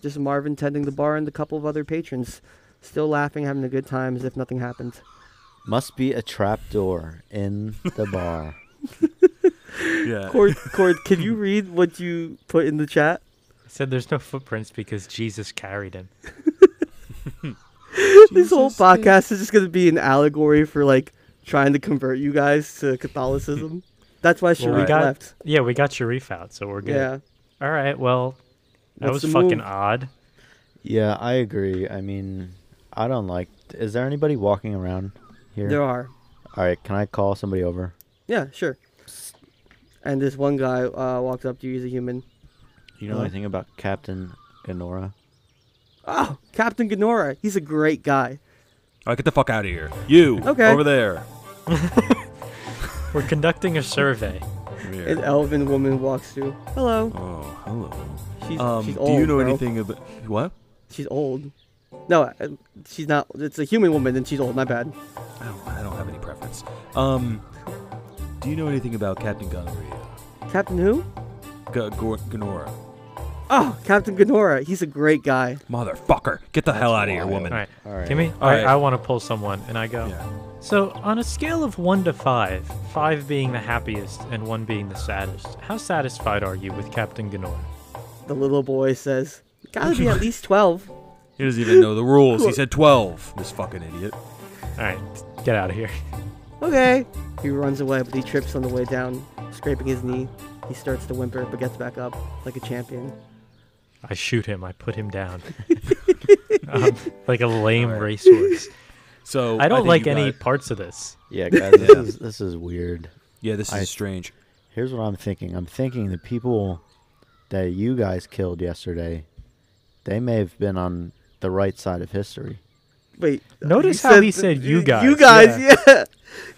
S2: Just Marvin tending the bar and a couple of other patrons, still laughing, having a good time as if nothing happened.
S1: Must be a trap door in the bar.
S5: Yeah.
S2: Cord, Cord, can you read what you put in the chat?
S4: I said there's no footprints because Jesus carried him.
S2: this whole podcast is just going to be an allegory for like trying to convert you guys to Catholicism. That's why
S4: Well,
S2: Sharif
S4: we got
S2: left.
S4: yeah, we got Sharif out, so we're good.
S2: Yeah.
S4: All right. Well, that
S2: What's
S4: was
S2: the move?
S4: fucking odd.
S1: Yeah, I agree. I mean, I don't like. Is there anybody walking around here?
S2: There are.
S1: All right, can I call somebody over?
S2: Yeah, sure. And this one guy uh, walks up to you. He's a human.
S1: You know
S2: Hello?
S1: anything about Captain Ganora?
S2: Oh, Captain Ganora. He's a great guy.
S5: All right, get the fuck out of here. You
S2: Okay.
S5: over there.
S4: We're conducting a survey.
S5: Come here.
S2: An elven woman walks through. Hello.
S5: Oh, hello.
S2: She's,
S5: Um,
S2: she's
S5: do
S2: old.
S5: you know
S2: bro.
S5: anything about what?
S2: She's old. No, uh, she's not. It's a human woman, and she's old. My bad.
S5: I don't, I don't have any preference. Um, do you know anything about Captain Gonorrhea?
S2: Captain who?
S5: G- Gor- Gonora.
S2: Oh, Captain Ganora. He's a great guy.
S5: Motherfucker, get the hell out of here,
S1: wild.
S5: woman.
S4: All right.
S1: All right.
S4: Kimmy,
S5: All
S4: all right.
S5: right.
S4: I want to pull someone, and I go.
S5: Yeah.
S4: So, on a scale of one to five, five being the happiest and one being the saddest, how satisfied are you with Captain Ganora?
S2: The little boy says, "Gotta be at least twelve.
S5: He doesn't even know the rules. He said 12. This fucking idiot.
S4: All right, get out of here.
S2: Okay. He runs away, but he trips on the way down, scraping his knee. He starts to whimper, but gets back up like a champion.
S4: I shoot him. I put him down. um, like a lame racehorse.
S5: So
S4: I don't
S5: think
S4: like
S5: you
S4: any
S5: got-
S4: parts of this.
S1: Yeah, guys, this, is, this is weird.
S5: yeah, this is
S1: I-
S5: strange.
S1: Here's what I'm thinking. I'm thinking the people that you guys killed yesterday, they may have been on the right side of history.
S2: Wait. uh,
S4: Notice
S2: you
S4: how he said you guys.
S2: You guys, yeah.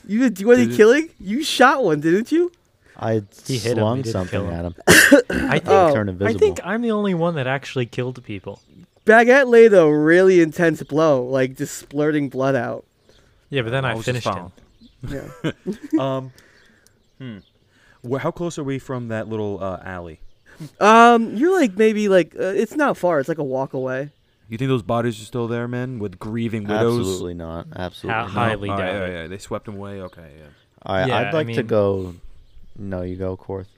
S2: You did do any
S5: Did it-
S2: killing? You shot one, didn't you?
S1: I
S4: He hit him,
S1: slung
S4: he didn't
S1: something
S4: kill him.
S1: at him.
S4: I think
S2: Oh,
S5: Oh,
S1: He turned
S4: I
S1: invisible.
S4: think I'm the only one that actually killed people.
S2: Baguette laid a really intense blow, like just splurting blood out.
S4: Yeah, but then I,
S5: was just
S4: finished him.
S2: Yeah.
S5: Um, hmm. Where, how close are we from that little uh, alley?
S2: um, you're like maybe like uh, it's not far. It's like a walk away.
S5: You think those bodies are still there, man? With grieving widows?
S1: Absolutely not. Absolutely.
S4: How
S1: not.
S4: high- Highly
S5: All right, all
S4: doubt
S5: right,
S4: it.
S5: all right. They swept him away. Okay, yeah.
S1: All right,
S4: Yeah,
S1: I'd
S4: I
S1: like to
S4: mean-
S1: go. No, you go, Korth.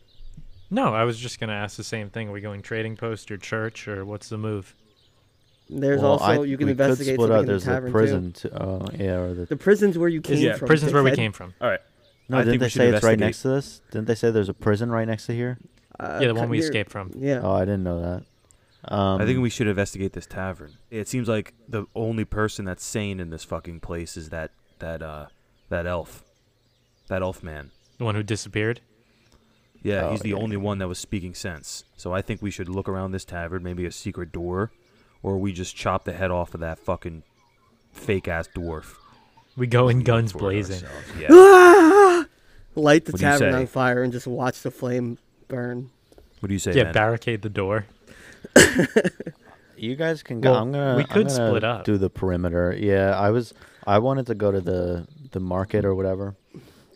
S4: No, I was just gonna ask the same thing. Are we going trading post or church or what's the move?
S2: There's
S1: Well,
S2: also
S1: I-
S2: you can
S1: we could
S2: investigate
S1: split
S2: something
S1: up.
S2: in the
S1: There's
S2: tavern too.
S1: prison. Too. oh, yeah. Or the,
S2: The prison's where you came
S4: yeah,
S2: from.
S4: prison's where we
S2: dickhead.
S4: came from.
S5: All right.
S1: no,
S5: I
S1: didn't
S5: think
S1: they
S5: we should
S1: say it's right
S5: investigate.
S1: next to this? Didn't they say there's a prison right next to here?
S2: Uh,
S4: yeah, the one
S2: cut
S4: we
S2: near-
S4: escaped from.
S2: Yeah.
S1: Oh, I didn't know that. Um,
S5: I think we should investigate this tavern. It seems like the only person that's sane in this fucking place is that that uh that elf, that elf man.
S4: The one who disappeared.
S5: Yeah,
S1: Oh,
S5: he's the
S1: yeah.
S5: only one that was speaking sense. So I think we should look around this tavern, maybe a secret door, or we just chop the head off of that fucking fake ass dwarf.
S4: We go in
S5: We look
S4: guns
S5: for it
S4: blazing.
S5: ourselves. Oh, Yeah.
S2: Ah! Light the
S5: What do you
S2: tavern
S5: say?
S2: on fire and just watch the flame burn.
S5: what do you say,
S4: Yeah,
S5: Ben?
S4: barricade the door.
S1: you guys can go.
S4: Well,
S1: I'm gonna.
S4: we
S1: I'm
S4: could
S1: gonna
S4: split up.
S1: Do the perimeter. Yeah, I was. I wanted to go to the the market or whatever.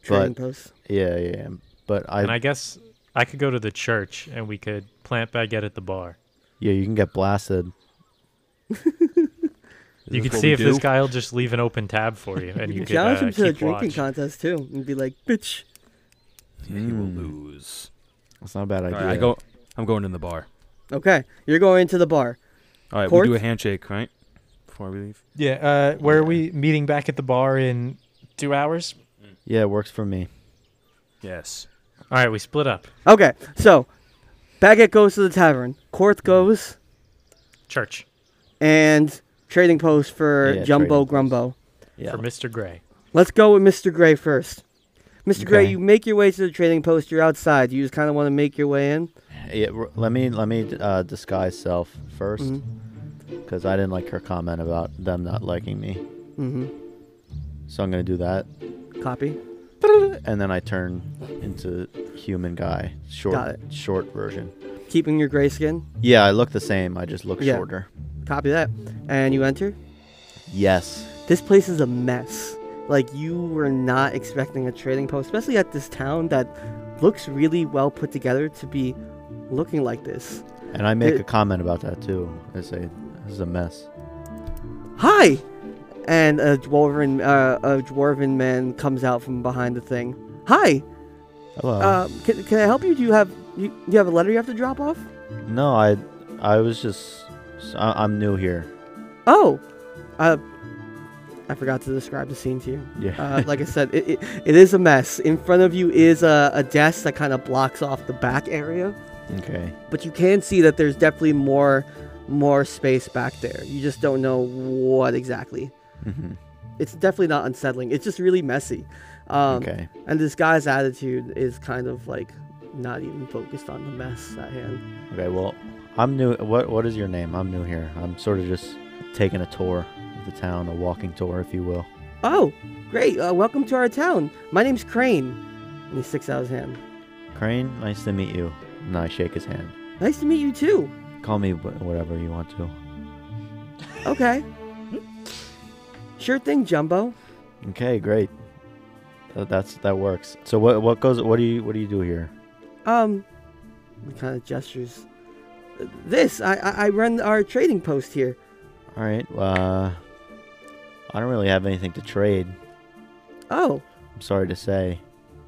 S2: Trading
S1: But
S2: post.
S1: yeah, yeah. But I,
S4: And I guess I could go to the church and we could plant baguette at the bar.
S1: yeah, you can get blasted.
S5: Is
S4: You
S5: this
S4: could
S5: what
S4: see
S5: we
S4: if this
S5: do?
S4: guy will just leave an open tab for you, and you,
S2: You
S4: could uh,
S2: challenge him
S4: keep
S2: to a drinking
S4: watch.
S2: contest too, and be like, "Bitch,
S5: Yeah, he will
S1: Mm.
S5: lose.
S1: It's not a bad
S5: Hmm. All
S1: idea.
S5: right, I go. I'm going in the bar.
S2: okay, you're going to the bar."
S5: All right,
S2: Court?
S5: we do a handshake, right? Before we leave.
S4: Yeah, uh, where
S5: Yeah.
S4: are we meeting back at the bar in two hours?
S1: Yeah, it works for me.
S5: Yes.
S4: All right, we split up.
S2: Okay, so Baguette goes to the tavern. Korth goes
S4: Church
S2: and trading post for
S1: Yeah,
S2: Jumbo
S1: trading post.
S2: Grumbo.
S1: Yeah.
S4: for Mr. Gray.
S2: Let's go with Mr. Gray first. Mr. Gray,
S1: Okay.
S2: you make your way to the trading post. You're outside. You just kind of want to make your way in.
S1: Yeah, r- let me let me uh, disguise self first,
S2: Mm-hmm.
S1: because I didn't like her comment about them not liking me.
S2: hmm
S1: So I'm gonna do that,
S2: Copy.
S1: and then I turn into human guy, short
S2: Got it.
S1: short version.
S2: Keeping your gray skin.
S1: Yeah, I look the same. I just look
S2: Yeah.
S1: shorter.
S2: Copy that. And you enter.
S1: Yes.
S2: This place is a mess. Like you were not expecting a trading post, especially at this town that looks really well put together to be looking like this.
S1: And I make
S2: It-
S1: a comment about that too. I say this is a mess.
S2: Hi! And a dwarven, uh, a dwarven man comes out from behind the thing. Hi!
S1: Hello.
S2: Uh, can, can I help you? Do you have you, do you have a letter you have to drop off?
S1: no, I I was just I, I'm new here.
S2: Oh, uh, I forgot to describe the scene to you.
S1: Yeah.
S2: Uh, like I said, it, it, it is a mess. In front of you is a, a desk that kind of blocks off the back area,
S1: okay.
S2: but you can see that there's definitely more more space back there. You just don't know what exactly. Um,
S1: hmm
S2: It's definitely not unsettling. It's just really messy. Um,
S1: okay.
S2: And this guy's attitude is kind of like not even focused on the mess at hand.
S1: Okay. Well, I'm new. What What is your name? I'm new here. I'm sort of just taking a tour of the town, a walking tour, if you will.
S2: Oh, great. Uh, welcome to our town. My name's Crane. And he sticks out his hand.
S1: Crane, nice to meet you. And I shake his hand.
S2: Nice to meet you too.
S1: Call me wh- whatever you want to.
S2: Okay. Sure thing, Jumbo.
S1: Okay, great. Th- That's that works. So what what goes? What do you what do you do here?
S2: Um, he kind of gestures. This I, I I run our trading post here.
S1: All right. Uh, I don't really have anything to trade.
S2: Oh.
S1: I'm sorry to say.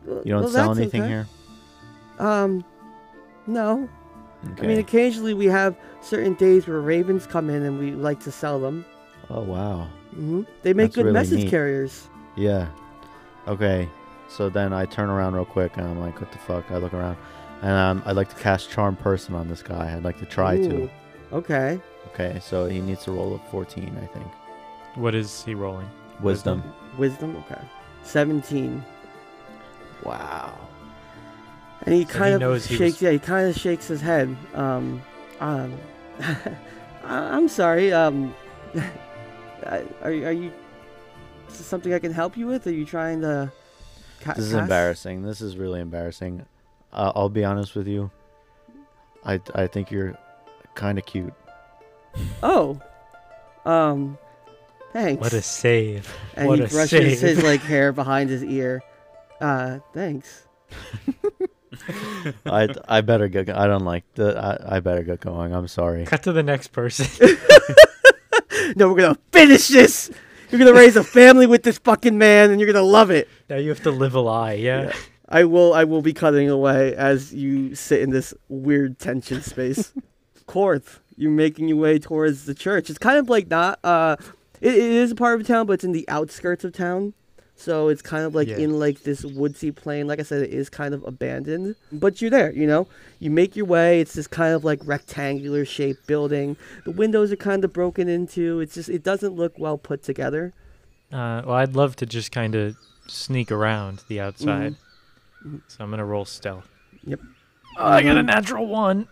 S2: well-
S1: You don't
S2: well,
S1: sell
S2: that's
S1: anything
S2: okay.
S1: here.
S2: Um, no.
S1: Okay.
S2: I mean, occasionally we have certain days where ravens come in and we like to sell them.
S1: oh wow.
S2: hmm They make
S1: That's
S2: good
S1: really
S2: message
S1: neat.
S2: carriers.
S1: Yeah. Okay. So then I turn around real quick and I'm like, what the fuck? I look around, and um, I'd like to cast charm person on this guy. I'd like to try
S2: Ooh,
S1: to.
S2: Okay.
S1: Okay. So he needs to roll a 14, I think.
S4: What is he rolling?
S1: Wisdom.
S2: Wisdom. Okay. Seventeen.
S1: Wow.
S2: And he
S4: So
S2: kind
S4: he
S2: of
S4: knows he
S2: shakes.
S4: was-
S2: Yeah, he kind of shakes his head. Um, um, I, I'm sorry. Um, I- are you- are you? Is this something I can help you with? Are you trying to? Ca-
S1: This is
S2: cast-
S1: embarrassing. This is really embarrassing. Uh, I'll be honest with you. I I think you're kind of cute.
S2: Oh. Um. Thanks.
S4: What a save.
S2: and
S4: what
S2: he
S4: a
S2: brushes
S4: save.
S2: his like hair behind his ear. Uh, thanks.
S1: I I better get. go- I don't like the. I, I better get going. I'm sorry.
S4: Cut to the next person.
S2: No, we're gonna finish this. You're gonna raise a family with this fucking man, and you're gonna love it.
S4: now you have to live a lie, yeah?
S2: I will I will be cutting away as you sit in this weird tension space. Corinth, you're making your way towards the church. It's kind of like not uh it, it is a part of town, but it's in the outskirts of town. So it's kind of like
S4: Yeah.
S2: in like this woodsy plain. Like I said, it is kind of abandoned. But you're there, you know? You make your way, it's this kind of like rectangular shaped building. The windows are kind of broken into. It's just it doesn't look well put together.
S4: Uh, well, I'd love to just kind of sneak around the outside. So I'm going to roll stealth.
S2: Mm-hmm. Yep.
S4: Oh, I got a natural one.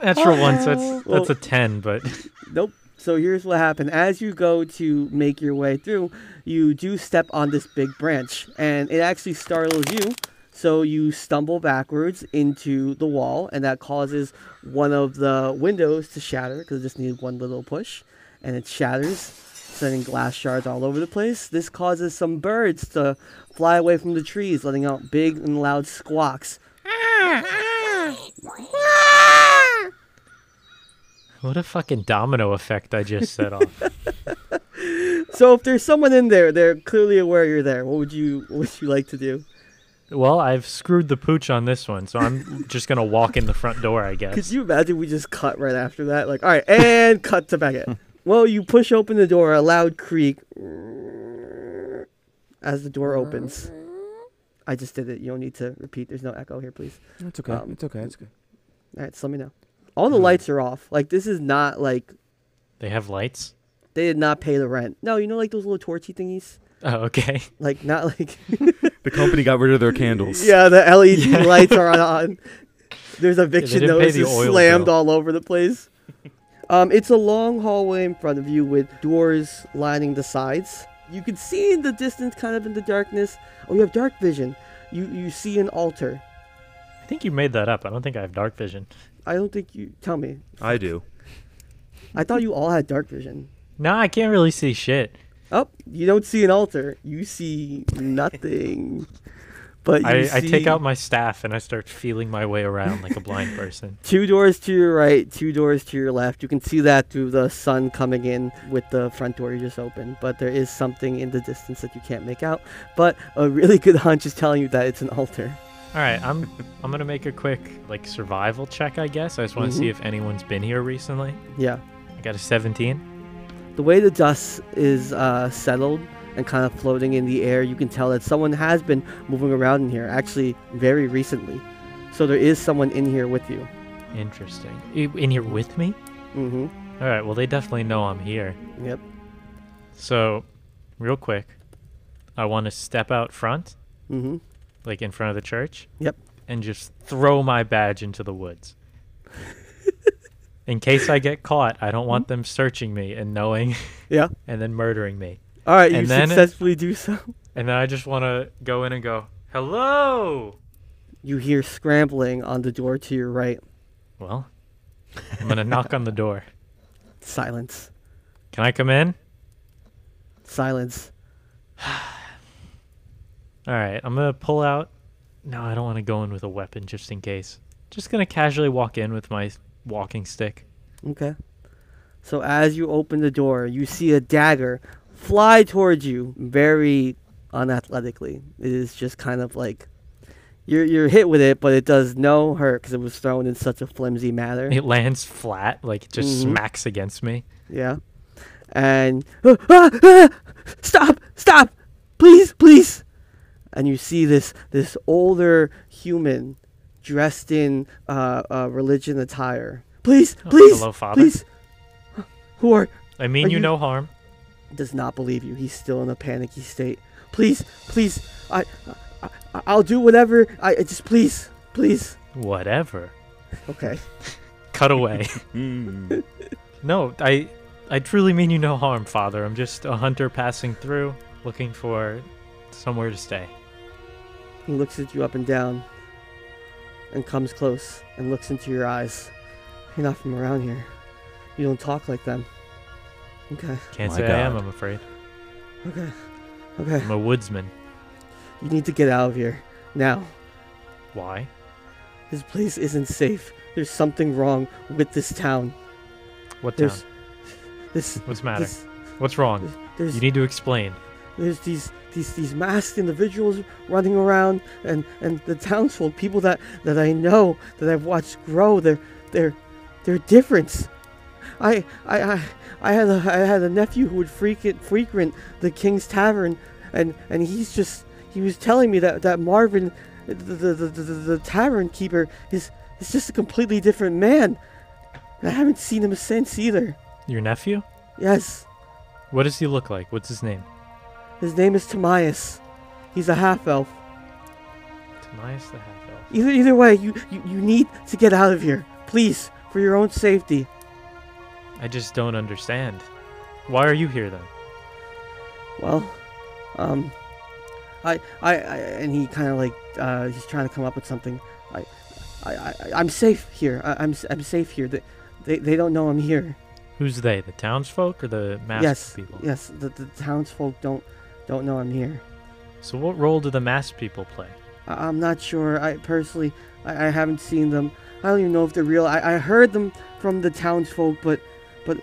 S4: natural one, so that's, that's a 10, but
S2: Nope. So here's what happened. As you go to make your way through, you do step on this big branch, and it actually startles you. So you stumble backwards into the wall, and that causes one of the windows to shatter because it just needed one little push, and it shatters, sending glass shards all over the place. This causes some birds to fly away from the trees, letting out big and loud squawks.
S4: what a fucking domino effect I just set off.
S2: So if there's someone in there, they're clearly aware you're there. What would you what would you like to do?
S4: Well, I've screwed the pooch on this one, so I'm just going to walk in the front door, I guess.
S2: Could you imagine we just cut right after that? Like, all right, and cut to Beckett. Well, you push open the door, a loud creak as the door opens. I just did it. You don't need to repeat. There's no echo here, please.
S5: It's okay.
S2: Um,
S5: it's okay. It's okay.
S2: All right, so let me know. All the lights are off. Like, this is not like
S4: They have lights?
S2: they did not pay the rent. No, you know, like those little torchy thingies?
S4: Oh, okay.
S2: Like, not like.
S5: The company got rid of their candles.
S2: yeah, the LED lights are on. There's eviction
S4: didn't pay the
S2: notices
S4: oil
S2: slammed
S4: bill.
S2: all over the place. Um, it's a long hallway in front of you with doors lining the sides. You can see in the distance, kind of in the darkness. Oh, you have dark vision. You you see an altar.
S4: I think you made that up. I don't think I have dark vision.
S2: I don't think you tell me.
S5: I do.
S2: I thought you all had dark vision.
S4: No, I can't really see shit.
S2: Oh, you don't see an altar. You see nothing. But you
S4: I, I take
S2: see-
S4: out my staff and I start feeling my way around like a blind person.
S2: two doors to your right, two doors to your left. You can see that through the sun coming in with the front door you just opened. But there is something in the distance that you can't make out. But a really good hunch is telling you that it's an altar.
S4: All right, I'm I'm gonna make a quick like survival check, I guess. I just want to see if anyone's been here recently.
S2: Yeah.
S4: I got a 17.
S2: The way the dust is uh, settled and kind of floating in the air, you can tell that someone has been moving around in here, actually, very recently. So there is someone in here with you.
S4: Interesting. I- In here with me?
S2: Mm
S4: All right. Well, they definitely know I'm here.
S2: hmm. Yep.
S4: So, real quick, I want to step out front,
S2: Mm hmm.
S4: like in front of the church.
S2: Yep.
S4: And just throw my badge into the woods. in case I get caught, I don't want them searching me and knowing
S2: Yeah.
S4: and then murdering me.
S2: All right. You
S4: And then it-
S2: successfully do so.
S4: And then I just want to go in and go, hello.
S2: You hear scrambling on the door to your right.
S4: Well, I'm going to knock on the door.
S2: Silence.
S4: Can I come in?
S2: Silence.
S4: All right, I'm gonna pull out. No, I don't want to go in with a weapon just in case. Just gonna casually walk in with my walking stick.
S2: Okay. So as you open the door, you see a dagger fly towards you very unathletically. It is just kind of like you're you're hit with it, but it does no hurt because it was thrown in such a flimsy manner.
S4: It lands flat, like it just
S2: Mhm.
S4: smacks against me.
S2: Yeah. And "Ah, ah, ah! stop, stop, please, please. And you see this this older human dressed in uh, uh, religion attire. Please,
S4: Oh,
S2: please,
S4: hello, Father.
S2: please. Who are?
S4: I mean
S2: Are
S4: you,
S2: you-
S4: no harm.
S2: Does not believe you. He's still in a panicky state. Please, please. I, I I- I'll do whatever. I I just please, please.
S4: Whatever.
S2: Okay.
S4: Cut away.
S5: Mm.
S4: no, I, I truly mean you no harm, Father. I'm just a hunter passing through, looking for somewhere to stay.
S2: He looks at you up and down and comes close and looks into your eyes. You're not from around here. You don't talk like them. Okay,
S4: Can't
S5: My
S4: say I am.
S5: God.
S4: I'm afraid.
S2: okay, okay.
S4: I'm a woodsman.
S2: You need to get out of here. Now.
S4: Why?
S2: This place isn't safe. There's something wrong with this town.
S4: What town?
S2: There's. This.
S4: What's matter?
S2: This,
S4: What's wrong?
S2: there's.
S4: You need to explain.
S2: there's these these these masked individuals running around and and the townsfolk people that that I know that I've watched grow their their their difference. I I I, I had a I had a nephew who would frequent frequent the King's Tavern, and and he's just he was telling me that that Marvin, the the the, the, the tavern keeper is is just a completely different man. And I haven't seen him since either.
S4: Your nephew?
S2: Yes.
S4: What does he look like? What's his name?
S2: His name is Timaeus. He's a half elf.
S4: Tamias the half elf.
S2: Either either way, you, you, you need to get out of here. Please, for your own safety.
S4: I just don't understand. Why are you here then?
S2: Well, um I I, I and he kinda like uh he's trying to come up with something. I I, I I'm safe here. I, I'm s- I'm safe here. They, they they don't know I'm here.
S4: Who's they? The townsfolk or the masked
S2: yes.
S4: people?
S2: Yes, the, the townsfolk don't don't know I'm here.
S4: So what role do the masked people play?
S2: I, I'm not sure. I personally, I, I haven't seen them. I don't even know if they're real. I, I heard them from the townsfolk, but, but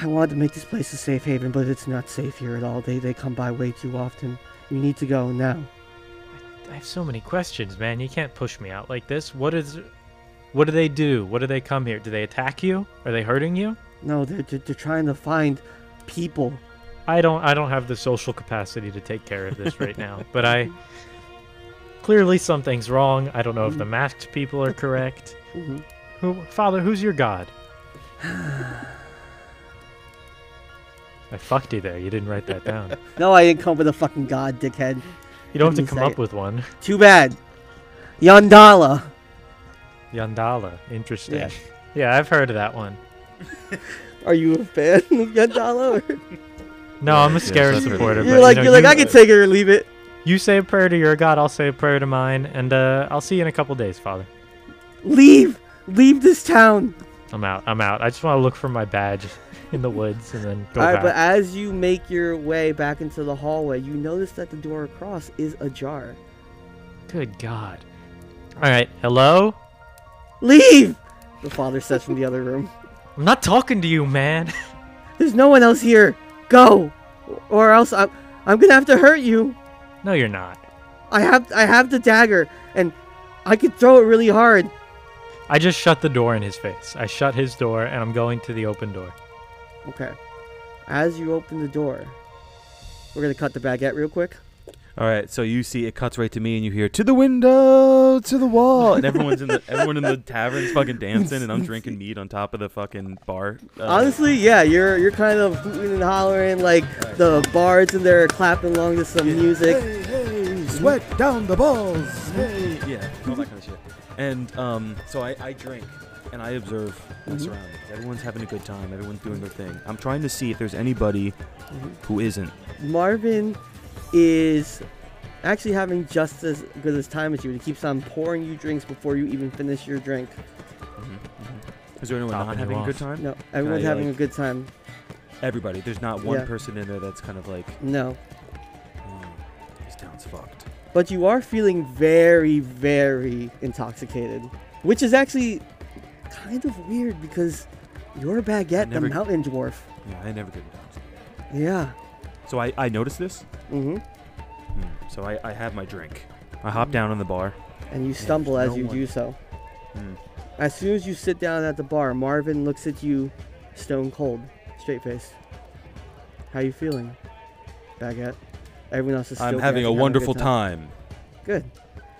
S2: I wanted to make this place a safe haven, but it's not safe here at all. They they come by way too often. You need to go now.
S4: I have so many questions, man. You can't push me out like this. What is what do they do? What do they come here? Do they attack you? Are they hurting you?
S2: No, they're they're, they're trying to find people.
S4: I don't I don't have the social capacity to take care of this right now, but I clearly something's wrong. I don't know if the masked people are correct.
S2: Mhm.
S4: Who Father, who's your god? I fucked you there. You didn't write that down.
S2: No, I didn't come up with a fucking god, dickhead.
S4: You don't have
S2: Didn't
S4: to come
S2: say
S4: up
S2: it.
S4: with one.
S2: Too bad. Yandala.
S4: Yandala. Interesting.
S2: Yeah.
S4: Yeah. I've heard of that one.
S2: Are you a fan of Yandala? Or-
S4: No, I'm a
S5: Yes,
S4: Scarab
S5: I've heard of
S4: supporter.
S5: it.
S4: But,
S2: You're like
S4: you
S2: you
S4: know,
S2: are like
S4: you-
S2: I can take it or leave it.
S4: You say a prayer to your God, I'll say a prayer to mine, and uh, I'll see you in a couple days, Father.
S2: Leave, leave this town.
S4: I'm out. I'm out. I just want to look for my badge in the woods and then go
S2: All right,
S4: back.
S2: but as you make your way back into the hallway, you notice that the door across is ajar.
S4: Good God. All right. Hello?
S2: Leave! The father says from the other room.
S4: I'm not talking to you, man.
S2: There's no one else here. Go, or else I'm I'm gonna have to hurt you.
S4: no, you're not.
S2: I have I have the dagger, and I could throw it really hard.
S4: I just shut the door in his face. I shut his door, and I'm going to the open door.
S2: Okay. As you open the door, we're gonna cut the baguette real quick.
S5: All right, so you see it cuts right to me, and you hear to the window, to the wall, and everyone's in the everyone in the tavern's fucking dancing, and I'm drinking mead on top of the fucking bar. Uh,
S2: Honestly, yeah, you're you're kind of hooting and hollering like the bards in there are clapping along to some music.
S5: Hey, hey, sweat down the balls. Hey, yeah, all that kind of shit. And um, so I, I drink and I observe my
S2: Mm-hmm.
S5: surroundings. Everyone's having a good time. Everyone's doing their thing. I'm trying to see if there's anybody who isn't.
S2: Marvin is actually having just as good as time as you. He keeps on pouring you drinks before you even finish your drink. Mm-hmm.
S5: Is there anyone not
S4: Topping you
S5: having a good
S4: off.
S5: time?
S2: No, everyone's
S5: yeah,
S2: having
S5: like-
S2: a good time.
S5: Everybody. There's not one
S2: Yeah.
S5: person in there that's kind of like,
S2: No,
S5: "Mm, this town's fucked.
S2: but you are feeling very, very intoxicated, which is actually kind of weird because you're a baguette,
S5: never-
S2: the mountain dwarf.
S5: Yeah, I never get intoxicated.
S2: Yeah.
S5: So I, I noticed this.
S2: hmm
S5: Hmm. So I, I have my drink. I hop down on the bar.
S2: And you stumble
S5: there's
S2: as
S5: no
S2: you
S5: one.
S2: do so. Mm.
S5: Hmm.
S2: As soon as you sit down at the bar, Marvin looks at you, stone cold, straight face. How you feeling, Baguette? Everyone else is. Still
S5: I'm
S2: dancing,
S5: having a wonderful
S2: good
S5: time.
S2: Good,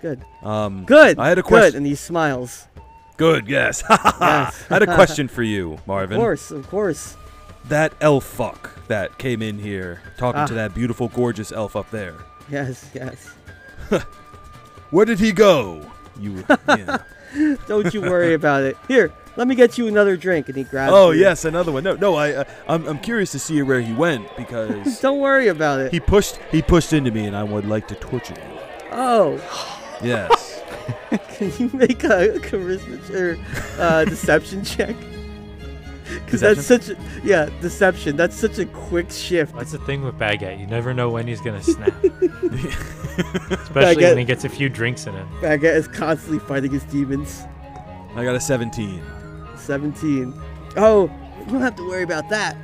S2: good,
S5: Um,
S2: good.
S5: I had a
S2: good,
S5: question.
S2: and he smiles.
S5: Good guess.
S2: Yes.
S5: I had a question for you,
S2: Of
S5: Marvin.
S2: course, of course.
S5: That elf fuck that came in here talking to
S2: Ah.
S5: that beautiful, gorgeous elf up there.
S2: Yes, yes.
S5: Where did he go? You. Yeah.
S2: Don't you worry about it. Here, let me get you another drink. And he grabs.
S5: oh
S2: you.
S5: yes, another one. No, no. I, uh, I'm, I'm curious to see where he went because
S2: Don't worry about it.
S5: he pushed, he pushed into me, and I would like to torture him.
S2: Oh,
S5: Yes.
S2: can you make a charisma ch- or uh, deception check? Because that's such a yeah deception. That's such a quick shift.
S4: That's the thing with Baguette. You never know when he's gonna snap. Especially
S2: Baguette.
S4: when he gets a few drinks in him.
S2: Baguette is constantly fighting his demons.
S5: I got a 17.
S2: 17. Oh, we don't have to worry about that.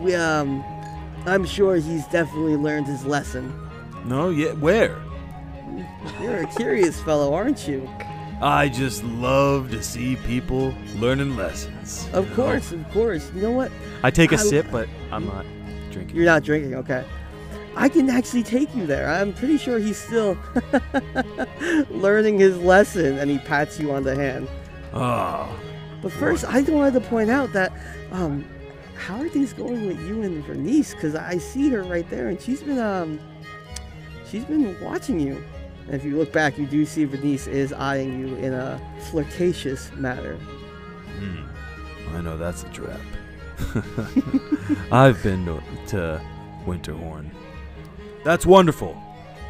S2: We, um, I'm sure he's definitely learned his lesson.
S5: No, yeah, where?
S2: You're a curious fellow, aren't you?
S5: I just love to see people learning lessons.
S2: Of course, of course. You know what?
S5: I take a
S2: I-
S5: sip, but I'm not drinking.
S2: You're not drinking, okay. I can actually take you there. I'm pretty sure he's still learning his lesson, and he pats you on the hand.
S5: Oh,
S2: But first, I wanted to point out that, um, how are things going with you and Vernice? Because I see her right there, and she's been, um, she's been watching you. And if you look back, you do see Vernice is eyeing you in a flirtatious manner.
S5: hmm. I know that's a trap. I've been to, to Winterhorn. That's wonderful.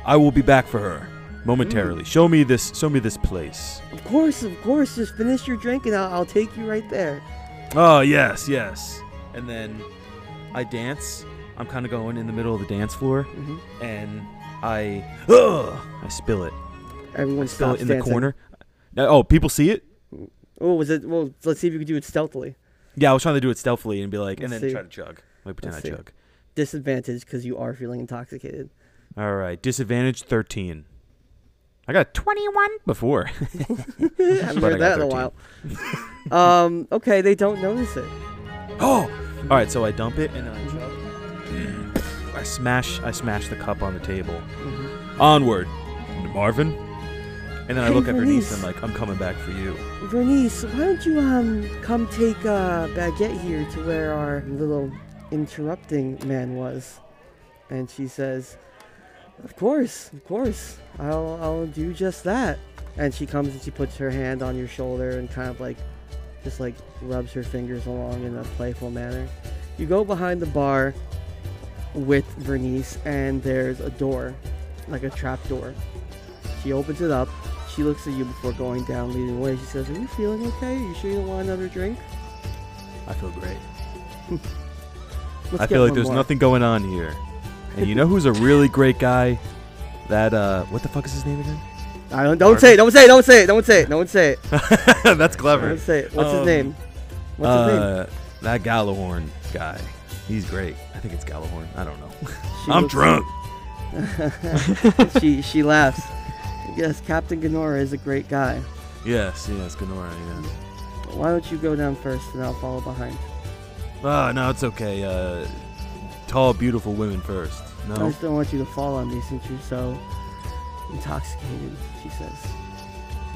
S5: I will be back for her
S2: Mm.
S5: momentarily. Show me this. Show me this place.
S2: Of course, of course, just finish your drink, and I'll, I'll take you right there.
S5: Oh yes, yes. And then I dance. I'm kind of going in the middle of the dance floor,
S2: Mhm.
S5: and I ugh, I spill it.
S2: Everyone
S5: Spill
S2: stops
S5: it in the
S2: dancing.
S5: corner. No- Oh, people see it.
S2: Oh, was it? Well, let's see if you can do it stealthily.
S5: Yeah, I was trying to do it stealthily and be like, and
S2: Let's
S5: then
S2: see.
S5: try to chug. Like pretend
S2: Let's
S5: I
S2: see.
S5: chug.
S2: Disadvantage because you are feeling intoxicated.
S5: All right, disadvantage thirteen. I got twenty-one before.
S2: I haven't
S5: But I
S2: heard
S5: got
S2: that in a while. um, okay, they don't notice it.
S5: oh, all right. So I dump it and then I chug. I smash. I smash the cup on the table.
S2: Mm-hmm.
S5: Onward, Marvin. And then I
S2: Hey,
S5: look at her niece
S2: Bernice.
S5: and I'm like, I'm coming back for you.
S2: Vernice, why don't you um come take uh, Baguette here to where our little interrupting man was? And she says, "Of course, of course, I'll I'll do just that." And she comes and she puts her hand on your shoulder and kind of like, just like rubs her fingers along in a playful manner. You go behind the bar with Vernice, and there's a door, like a trap door. She opens it up. She looks at you before going down, leading away. She says, "Are you feeling okay? Are you sure you don't want another drink?"
S5: I feel great.
S2: Let's
S5: I
S2: get
S5: feel like
S2: one
S5: there's
S2: more."
S5: nothing going on here. And you know who's a really great guy? That uh, what the fuck is his name again?
S2: I don't. Don't say it. Don't say it. Don't say it. Don't say it. Don't say it.
S5: That's clever.
S2: Don't say it. What's his
S5: Um,
S2: name? What's his name?
S5: uh, That Galahorn guy. He's great. I think it's Galahorn. I don't know.
S2: She
S5: uh, I'm
S2: looks-
S5: drunk.
S2: she she laughs. Yes, Captain Ganora is a great guy.
S5: Yes, yes, Ganora, yes.
S2: Why don't you go down first, and I'll follow behind.
S5: Ah, no, it's okay. Uh, tall, beautiful women first.
S2: I
S5: No.
S2: just don't want you to fall on me since you're so intoxicated, she says.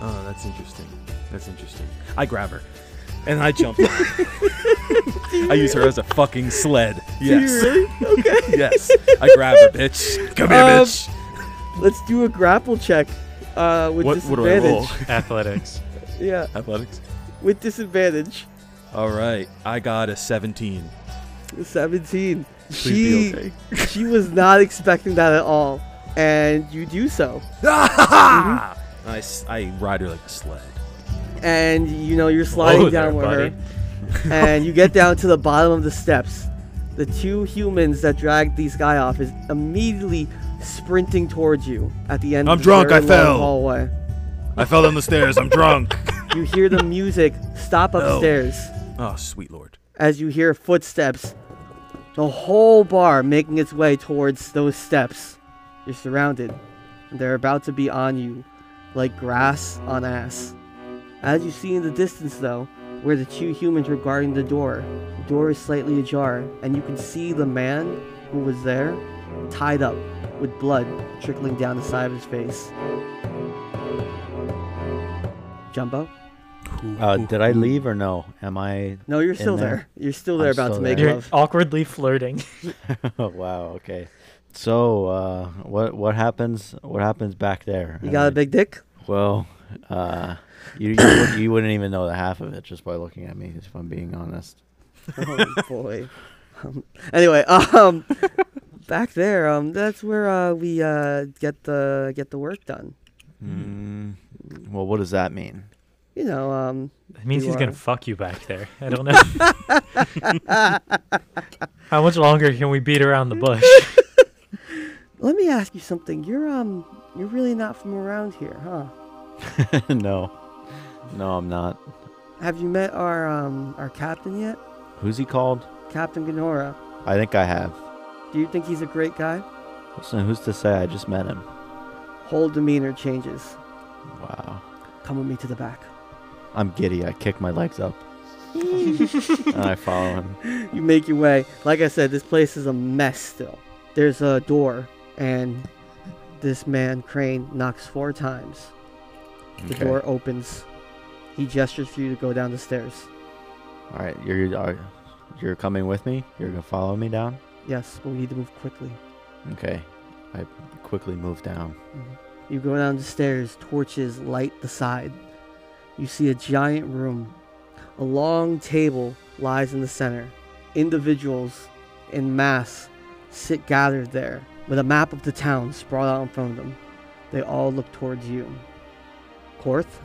S5: Oh, that's interesting. That's interesting. I grab her, and I jump. I use her as a fucking sled. Yes. Okay. yes. I grab her, bitch. Come here,
S2: Um,
S5: bitch.
S2: Let's do a grapple check uh, with
S5: What- what do I
S2: disadvantage.
S5: roll?
S4: Athletics.
S2: Yeah,
S5: Athletics.
S2: with disadvantage.
S5: All right. I got a 17.
S2: 17.
S5: be
S2: She she was not expecting that at all, and you do so.
S5: I,
S2: Mm-hmm.
S5: s- I ride her like a sled.
S2: And you know you're sliding
S5: Oh,
S4: Whoa there,
S2: down with
S4: buddy.
S2: her, and you get down to the bottom of the steps. The two humans that dragged these guy off is immediately sprinting towards you at the end.
S5: I'm
S2: of the
S5: drunk,
S2: very
S5: I
S2: long
S5: fell.
S2: Hallway.
S5: I fell down the stairs. I'm drunk.
S2: You hear the music stop upstairs.
S5: Oh, sweet lord.
S2: as you hear footsteps, the whole bar making its way towards those steps. You're surrounded, and they're about to be on you, like grass on ass. As you see in the distance, though, where the two humans were guarding the door, the door is slightly ajar, and you can see the man who was there tied up with blood trickling down the side of his face. Jumbo?
S1: Uh, did I leave or no? Am I?
S2: No, you're
S1: In
S2: still there.
S1: there?
S2: You're still there
S1: I'm
S2: about
S1: still
S2: to make
S1: there.
S4: You're
S2: love.
S4: awkwardly flirting.
S1: oh, wow. Okay. So, uh, what what happens? What happens back there?
S2: You
S1: I
S2: got a
S1: mean,
S2: big dick?
S1: Well, uh, you you, would, you wouldn't even know the half of it just by looking at me. If I'm being honest.
S2: oh boy. Um, anyway, um, back there, um, that's where uh, we uh, get the get the work done.
S5: Hmm.
S1: Mm, well, what does that mean?
S2: You know, um,
S4: It means
S2: You
S4: he's
S2: are.
S4: gonna fuck you back there. I don't know. How much longer can we beat around the bush?
S2: let me ask you something. You're um, you're really not from around here, huh?
S1: no, no, I'm not.
S2: Have you met our um, our captain yet,
S1: Who's he called?
S2: Captain Ganora?
S1: I think I have.
S2: Do you think he's a great guy?
S1: Listen, who's to say I just met him?
S2: Whole demeanor changes.
S1: Wow.
S2: Come with me to the back.
S1: I'm giddy. I kick my legs up. and I follow him.
S2: you make your way. Like I said, this place is a mess still. There's a door, and this man, Crane, knocks four times. The
S1: Okay.
S2: door opens. He gestures for you to go down the stairs.
S1: All right, you're are, you're coming with me. You're gonna follow me down.
S2: Yes, but we need to move quickly.
S1: Okay. I quickly move down.
S2: You go down the stairs, torches light the side. You see a giant room. A long table lies in the center. Individuals in mass sit gathered there, with a map of the town sprawled out in front of them. They all look towards you. Korth,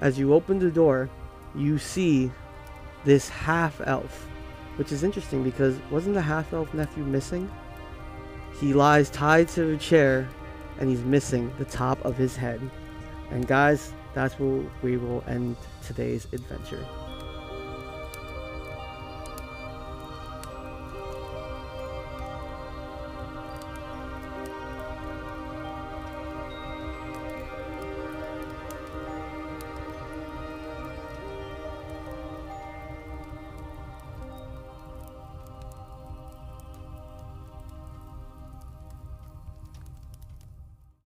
S2: as you open the door, you see this half elf, which is interesting because wasn't the half elf nephew missing? He lies tied to a chair and he's missing the top of his head. And guys, that's where we will end today's adventure.